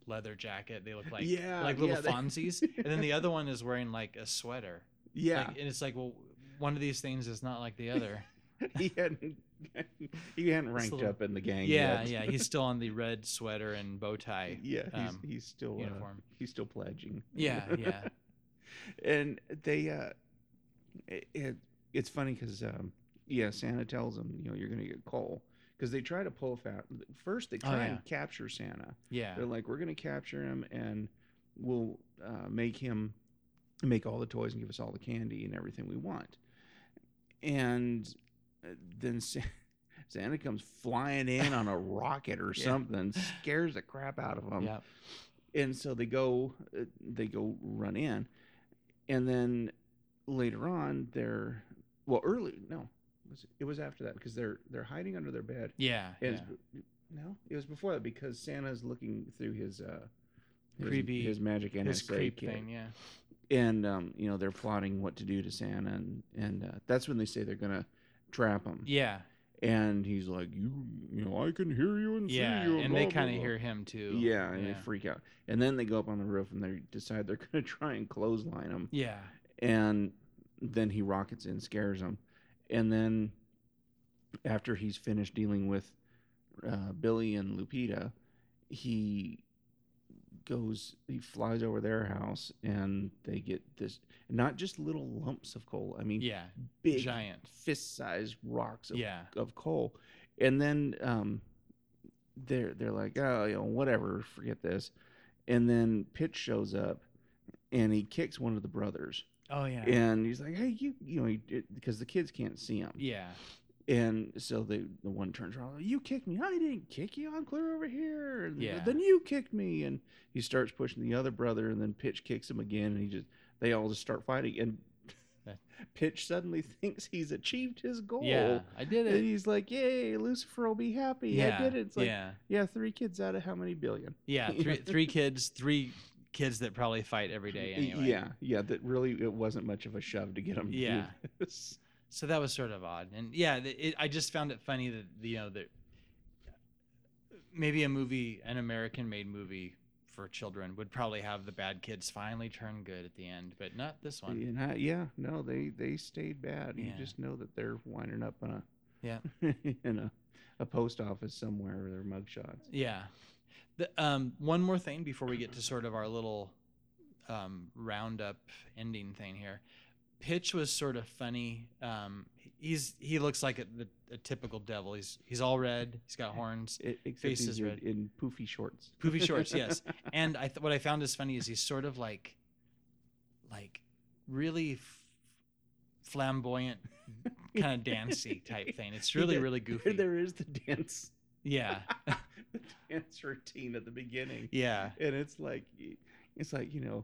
A: leather jacket. They look like
B: yeah,
A: like little
B: yeah, they-
A: Fonzies, and then the other one is wearing like a sweater.
B: yeah,
A: Like, and it's like, well, one of these things is not like the other.
B: he hadn't he hadn't ranked
A: little-
B: up in the gang
A: yeah,
B: yet.
A: yeah. He's still on the red sweater and bow tie
B: yeah, he's,
A: um,
B: he's still uh,
A: uniform.
B: he's still pledging.
A: Yeah, yeah.
B: and they uh, it, it it's funny because um, yeah, Santa tells them you know you're gonna get coal because they try to pull fat first. They
A: Oh,
B: try
A: yeah.
B: and capture Santa.
A: Yeah.
B: They're like, we're gonna capture him and we'll uh, make him make all the toys and give us all the candy and everything we want. And uh, then Sa- Santa comes flying in on a rocket or
A: Yeah.
B: something, scares the crap out of him.
A: yeah.
B: And so they go, uh, they go run in, and then later on they're well early no, was it, it was after that because they're they're hiding under their bed
A: Yeah.
B: and
A: yeah.
B: it's b- no, it was before that because Santa's looking through his uh his,
A: Creepy-
B: his magic NSA
A: His creep
B: kit.
A: thing. Yeah.
B: and um you know they're plotting what to do to Santa and and uh, that's when they say they're gonna trap him
A: Yeah.
B: and he's like you you know I can hear you and
A: Yeah.
B: see you
A: And they
B: blah, blah,
A: kind of
B: blah."
A: hear him too.
B: yeah and
A: Yeah.
B: they freak out and then they go up on the roof and they decide they're gonna try and clothesline him
A: Yeah.
B: and then he rockets in, scares him, and then after he's finished dealing with uh, Billy and Lupita, he goes, he flies over their house, and they get this not just little lumps of coal. I mean,
A: Yeah.
B: big
A: Giant.
B: fist-sized rocks of,
A: Yeah.
B: of coal, and then um, they're they're like, oh, you know, whatever, forget this, and then Pitch shows up, and he kicks one of the brothers
A: Oh yeah.
B: and he's like, "Hey, you, you know, because the kids can't see him."
A: Yeah.
B: And so the the one turns around, "You kicked me! I didn't kick you! I'm clear over here!" And
A: Yeah.
B: Then you kicked me, and he starts pushing the other brother, and then Pitch kicks him again, and he just they all just start fighting, and
A: That-
B: Pitch suddenly thinks he's achieved his goal.
A: Yeah. I did
B: And
A: it.
B: he's like, "Yay, Lucifer will be happy!
A: Yeah.
B: I did it!" It's like, yeah.
A: yeah.
B: three kids out of how many billion?
A: Yeah,
B: You
A: three
B: know?
A: three kids, three kids that probably fight every day anyway.
B: Yeah, yeah. That really it wasn't much of a shove to get him. to do
A: Yeah.
B: this.
A: So that was sort of odd, and yeah, th- it, I just found it funny that you know that maybe a movie, an American-made movie for children, would probably have the bad kids finally turn good at the end, but not this one.
B: You know, yeah, no, they they stayed bad. You
A: Yeah.
B: just know that they're winding up in a
A: Yeah.
B: in a, a post office somewhere with their mugshots.
A: Yeah. The, um, one more thing before we get to sort of our little um, roundup ending thing here. Pitch was sort of funny. Um, he's he looks like a, the, a typical devil. He's he's all red. He's got horns,
B: E- except
A: Face
B: he's
A: is
B: in,
A: red.
B: in poofy shorts.
A: poofy shorts. Yes, and I th- what I found is funny is he's sort of like, like really f- flamboyant, kind of dancey type thing. It's really
B: There-
A: really
B: there-
A: goofy.
B: there is the dance,
A: Yeah,
B: the dance routine at the beginning,
A: yeah,
B: and it's like, it's like you know,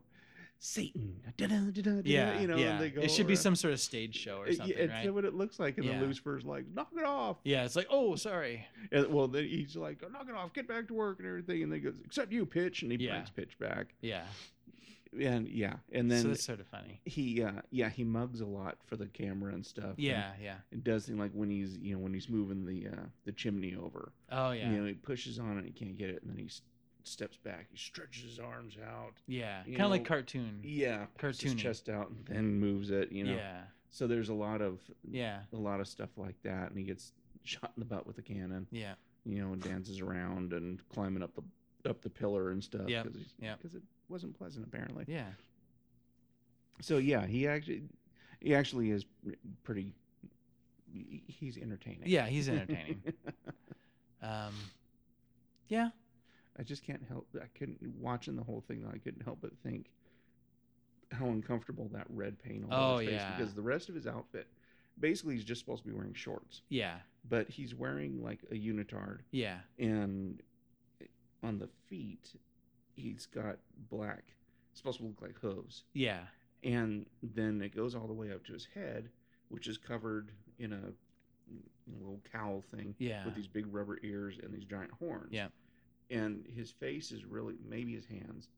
B: Satan, da-da, da-da,
A: yeah.
B: you know,
A: yeah.
B: and they go.
A: it should be
B: around.
A: some sort of stage show or
B: It-
A: something,
B: it's
A: right?
B: what it looks like, and
A: Yeah.
B: the Lucifer's like, knock it off.
A: Yeah, it's like, oh, sorry.
B: And, well, then he's like, knock it off, get back to work and everything. And then he goes, except you, Pitch. And he
A: Yeah.
B: brings Pitch back.
A: Yeah.
B: And yeah. And
A: so
B: then
A: that's sort of funny.
B: he, uh, yeah, he mugs a lot for the camera and stuff. and
A: Yeah, yeah.
B: It does seem like when he's, you know, when he's moving the uh, the chimney over,
A: Oh yeah.
B: you know, he pushes on it, he can't get it. And then he s- steps back, he stretches his arms out.
A: yeah.
B: you
A: Kind of like
B: know,
A: cartoon.
B: Yeah. puts His
A: Cartoony.
B: chest out and then moves it, you know.
A: Yeah.
B: So there's a lot of,
A: Yeah.
B: a lot of stuff like that. And he gets shot in the butt with a cannon.
A: Yeah.
B: you know, and dances around and climbing up the up the pillar and stuff.
A: Yep,
B: because
A: yep.
B: it wasn't pleasant apparently.
A: Yeah.
B: So yeah, he actually he actually is r- pretty. he- He's entertaining.
A: Yeah, he's entertaining. um Yeah.
B: I just can't help. I couldn't watching the whole thing. though, I couldn't help but think how uncomfortable that red paint all over
A: Oh,
B: his face
A: yeah.
B: because the rest of his outfit basically he's just supposed to be wearing shorts,
A: Yeah.
B: but he's wearing like a unitard
A: Yeah.
B: and on the feet he's got black. It's supposed to look like hooves.
A: Yeah.
B: and then it goes all the way up to his head, which is covered in a little cowl thing
A: Yeah.
B: with these big rubber ears and these giant horns.
A: Yeah.
B: and his face is really maybe his hands,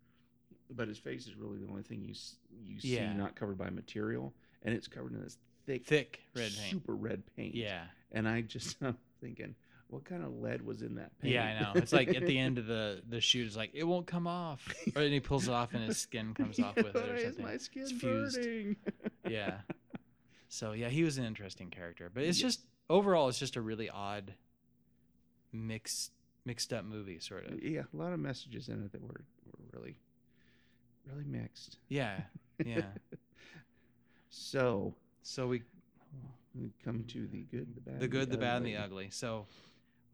B: but his face is really the only thing you s- you
A: Yeah.
B: see not covered by material, and it's covered in this thick,
A: Thick red paint.
B: super red paint.
A: Yeah.
B: and I just I'm thinking, what kind of lead was in that paint?
A: Yeah, I know. It's like at the end of the the shoot, it's like it won't come off, or then he pulls it off and his skin comes off with it
B: Why
A: or
B: is
A: something.
B: my skin
A: It's fused.
B: burning?
A: yeah. So yeah, he was an interesting character, but it's
B: Yeah.
A: just overall, it's just a really odd mixed mixed up movie, sort of.
B: yeah, a lot of messages in it that were, were really, really mixed.
A: Yeah, yeah.
B: So
A: So we
B: we come to the good, the bad,
A: the good, the bad, and the
B: ugly.
A: ugly. So,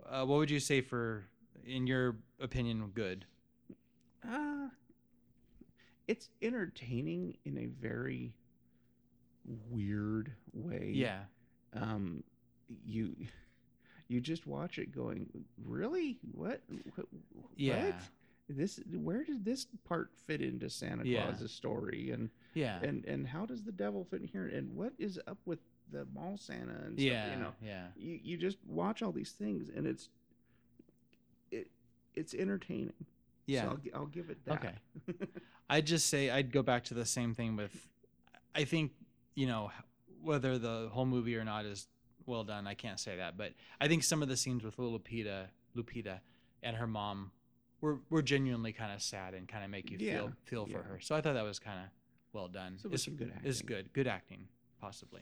A: uh, what would you say for, in your opinion, good?
B: Ah, it's entertaining in a very weird way.
A: Yeah,
B: Um, you, you just watch it going, really? What? What?
A: yeah,
B: What? This? Where did this part fit into Santa
A: Yeah.
B: Claus's story? And
A: yeah,
B: and and how does the devil fit in here and what is up with the mall santa and stuff,
A: yeah,
B: you know
A: yeah,
B: you, you just watch all these things and it's it it's entertaining
A: yeah.
B: so I'll, gi- I'll give it that
A: Okay. I'd just say I'd go back to the same thing with I think, you know, h- whether the whole movie or not is well done, I can't say that, but I think some of the scenes with little Lupita, Lupita and her mom were were genuinely kind of sad and kind of make you
B: Yeah,
A: feel feel for
B: yeah.
A: her. So I thought that was kind of well done.
B: so it's
A: it's,
B: some good acting
A: it's good. Good acting, possibly.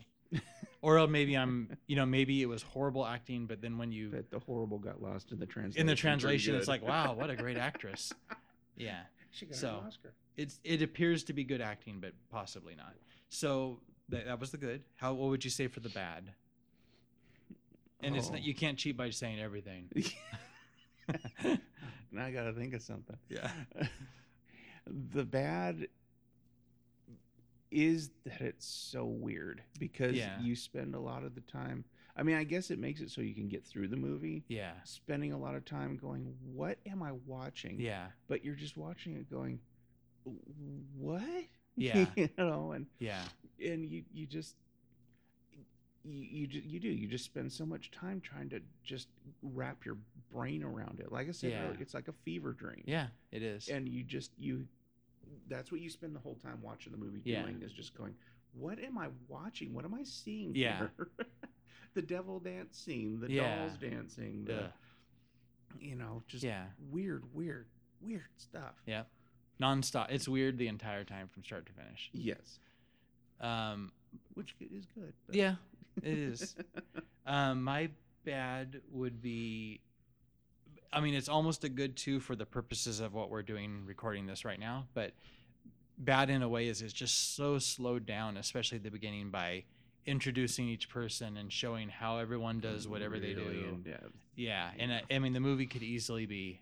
A: or maybe I'm, you know, maybe it was horrible acting, but then when you
B: but the horrible got lost in the translation
A: in the
B: pretty
A: translation it's
B: good.
A: like, wow, what a great actress. Yeah
B: she got
A: so-
B: an oscar
A: it's it appears to be good acting, but possibly not. So that, that was the good. How what would you say for the bad? And it's
B: Oh.
A: not you can't cheat by saying everything.
B: now i gotta think of something
A: Yeah.
B: the bad is that it's so weird because
A: Yeah.
B: you spend a lot of the time i mean i guess it makes it so you can get through the movie
A: Yeah.
B: spending a lot of time going what am i watching
A: Yeah.
B: but you're just watching it going what
A: Yeah.
B: you know and
A: Yeah.
B: and you you just you, you ju- you do you just spend so much time trying to just wrap your brain around it like i said
A: Yeah.
B: earlier, it's like a fever dream
A: Yeah. It is.
B: and you just you that's what you spend the whole time watching the movie
A: Yeah.
B: doing is just going what am i watching what am i seeing
A: Yeah.
B: here? the devil dancing the
A: Yeah.
B: dolls dancing the
A: Ugh.
B: you know just
A: yeah.
B: weird weird weird stuff
A: Yeah. Nonstop. It's weird the entire time from start to finish.
B: yes
A: Um
B: which g- is good but-
A: yeah, it is. Um, my bad would be, I mean, it's almost a good two for the purposes of what we're doing, recording this right now. But bad in a way is it's just so slowed down, especially at the beginning, by introducing each person and showing how everyone
B: Mm-hmm.
A: does whatever they do.
B: Real
A: and-
B: depth.
A: yeah, and uh, I, I mean, the movie could easily be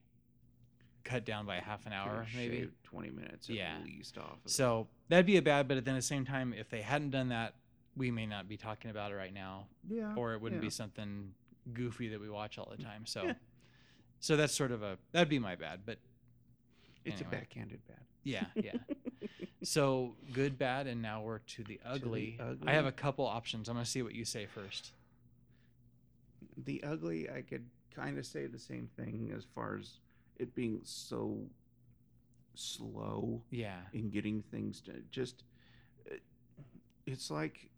A: cut down by half an
B: Could've
A: hour, maybe.
B: shaved 20 minutes at
A: Yeah.
B: least off of it.
A: So that'd be a bad. But at the same time, if they hadn't done that, we may not be talking about it right now
B: yeah
A: or it wouldn't
B: yeah.
A: be something goofy that we watch all the time. So,
B: Yeah.
A: so that's sort of a that'd be my bad, but
B: it's
A: anyway.
B: a backhanded bad
A: yeah, yeah. so good, bad, and now we're to the ugly. I have
B: ugly.
A: a couple options. I'm gonna see what you say first.
B: the ugly i could kind of say the same thing as far as it being so slow
A: Yeah,
B: in getting things to just uh, it's like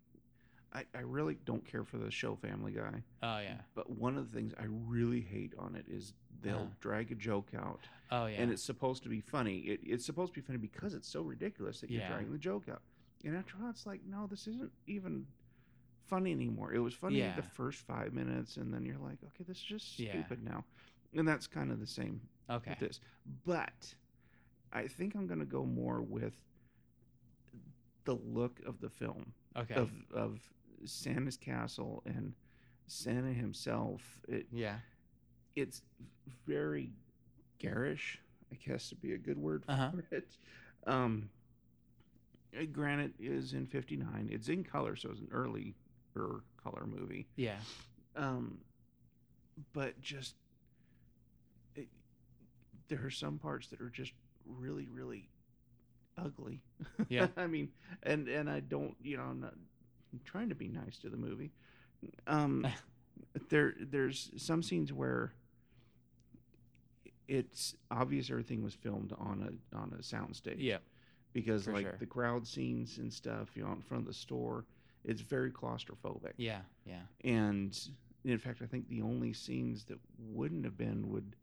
B: I, I really don't care for the show family guy
A: oh yeah,
B: but one of the things i really hate on it is they'll
A: Uh-huh.
B: drag a joke out
A: oh yeah,
B: and it's supposed to be funny it, it's supposed to be funny because it's so ridiculous that
A: Yeah.
B: you're dragging the joke out and after a while it's like no this isn't even funny anymore it was funny the
A: Yeah.
B: first five minutes and then you're like okay this is just
A: Yeah.
B: stupid now and that's kind of the same
A: okay,
B: with this. But I think I'm going to go more with the look of the film
A: okay,
B: of of Santa's castle and Santa himself. It
A: yeah,
B: it's very garish, I guess would be a good word for
A: Uh-huh.
B: it. Um, uh, granite is in '59. It's in color, so it's an early or color movie.
A: Yeah.
B: Um, but just it, there are some parts that are just really, really ugly.
A: Yeah.
B: I mean, and and I don't, you know, I'm not I'm trying to be nice to the movie. Um, there there's some scenes where it's obvious everything was filmed on a on a soundstage
A: Yeah.
B: because
A: For
B: like
A: sure.
B: the crowd scenes and stuff you know in front of the store it's very claustrophobic
A: Yeah. Yeah.
B: and in fact i think the only scenes that wouldn't have been would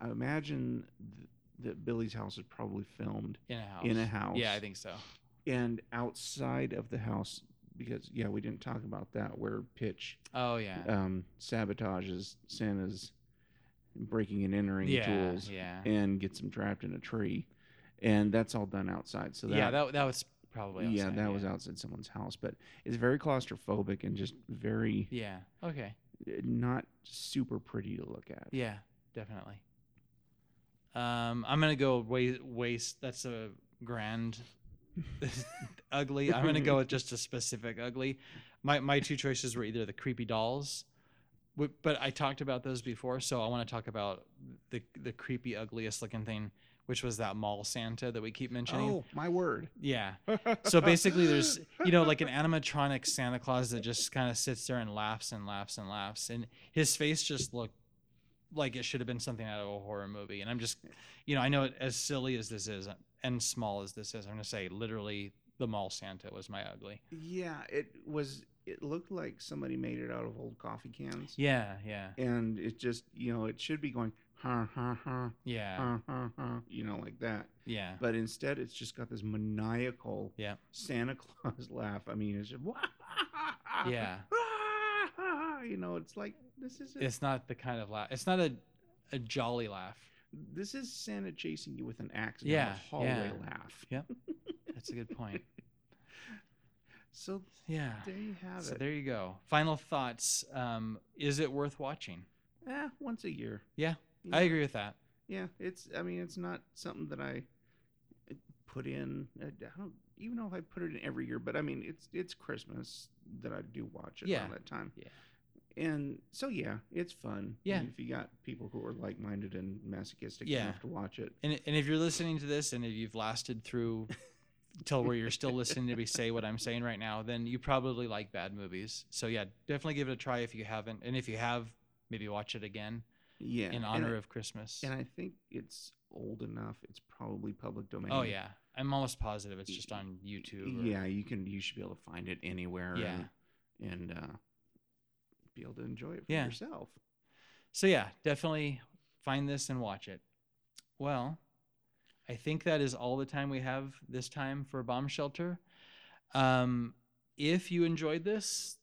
B: i imagine th- that billy's house is probably filmed
A: In a house.
B: in a house
A: Yeah, I think so.
B: and outside of the house because yeah we didn't talk about that where pitch
A: Oh yeah.
B: um, sabotages santa's breaking and entering
A: yeah.
B: tools
A: Yeah.
B: and gets him trapped in a tree and that's all done outside so that,
A: yeah. That that was probably.
B: yeah,
A: outside,
B: that was outside someone's house, but it's very claustrophobic and just very
A: Yeah. Okay.
B: not super pretty to look at.
A: Yeah, definitely. Um, I'm gonna go wa- waste. That's a grand, ugly. I'm gonna go with just a specific ugly. My my two choices were either the creepy dolls, wh- but I talked about those before, so I want to talk about the the creepy ugliest looking thing, which was that mall Santa that we keep mentioning.
B: Oh, my word.
A: Yeah. So basically, there's you know like an animatronic Santa Claus that just kind of sits there and laughs and laughs and laughs, and his face just looked like it should have been something out of a horror movie. And I'm just, you know, I know it, as silly as this is and small as this is, I'm gonna say literally the mall Santa was my ugly.
B: Yeah, it was it looked like somebody made it out of old coffee cans.
A: Yeah, yeah,
B: And it just, you know, it should be going ha ha ha
A: yeah,
B: ha ha ha, you know, like that.
A: yeah,
B: Um, But instead it's just got this maniacal
A: Yeah.
B: Santa Claus laugh. I mean, it's just
A: yeah.
B: You know, it's like this is
A: It's not the kind of laugh. It's not a a jolly laugh.
B: this is Santa chasing you with an axe. not
A: Yeah,
B: a hallway
A: yeah.
B: laugh.
A: That's a good point.
B: So
A: Yeah.
B: there you have
A: So
B: it.
A: there you go. Final thoughts. Um, is it worth watching?
B: Eh, once a year.
A: Yeah,
B: You
A: I
B: know,
A: agree with that.
B: Yeah, it's. I mean, it's not something that I uh, put in. I I don't even know if I put it in every year, but I mean, it's it's Christmas that I do watch it
A: Yeah,
B: around that time.
A: yeah.
B: And so yeah, it's fun.
A: Yeah.
B: And If you got people who are like minded and masochistic
A: Yeah.
B: enough to watch it.
A: And, and if you're listening to this and if you've lasted through till where you're still listening to me say what I'm saying right now, then you probably like bad movies. So yeah, definitely give it a try if you haven't. And if you have, maybe watch it again
B: Yeah.
A: in honor
B: and I,
A: of Christmas.
B: And I think it's old enough. It's probably public domain.
A: oh yeah. I'm almost positive it's just on YouTube. or-
B: Yeah, you can. You should be able to find it anywhere.
A: Yeah.
B: And, and uh, be able to enjoy it for
A: Yeah.
B: yourself.
A: So yeah, definitely find this and watch it. Well, I think that is all the time we have this time for Bomb Shelter. Um, if you enjoyed this,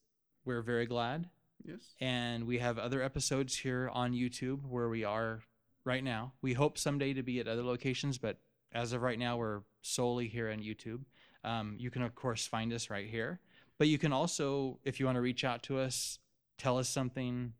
A: we're very glad.
B: Yes.
A: and we have other episodes here on YouTube where we are right now. We hope someday to be at other locations, but as of right now, we're solely here on YouTube. Um, you can, of course, find us right here, but you can also, if you want to reach out to us, tell us something,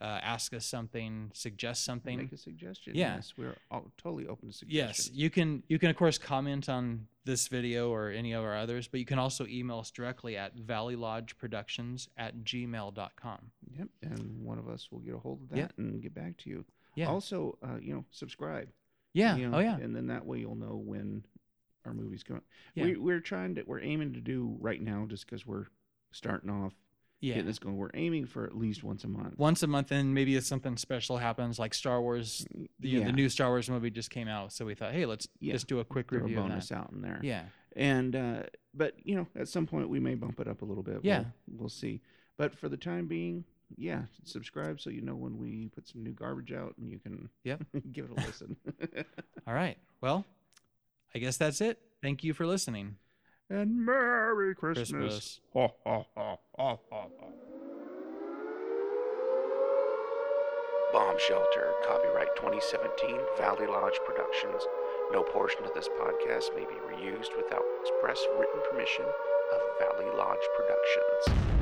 A: uh, ask us something, suggest something.
B: Make a suggestion.
A: Yeah.
B: Yes, we're all, totally open to
A: Yes,
B: suggestions.
A: you can. You can of course comment on this video or any of our others, but you can also email us directly at Valley Lodge Productions at gmail.com.
B: Yep. And one of us will get a hold of that
A: Yeah.
B: and get back to you.
A: Yeah.
B: Also, uh, you know, subscribe.
A: yeah.
B: you know,
A: oh yeah.
B: And then that way you'll know when our movies come out.
A: Yeah.
B: We, we're trying to. We're aiming to do right now just because we're starting off
A: Yeah.
B: getting this going. We're aiming for at least once a month.
A: once a month and maybe if something special happens like star wars the,
B: yeah.
A: the new star wars movie just came out so we thought hey let's
B: Yeah,
A: just do a quick
B: throw a
A: review of
B: bonus
A: that.
B: out in there.
A: yeah
B: and uh but you know at some point we may bump it up a little bit
A: Yeah.
B: we'll, we'll see but for the time being yeah subscribe so you know when we put some new garbage out and you can
A: Yep.
B: give it a listen
A: all right well i guess that's it thank you for listening
B: and merry christmas,
A: Christmas.
B: Ho, ho, ho, ho, ho, ho. Bomb Shelter, copyright 2017, Valley Lodge Productions. No portion of this podcast may be reused without express written permission of Valley Lodge Productions.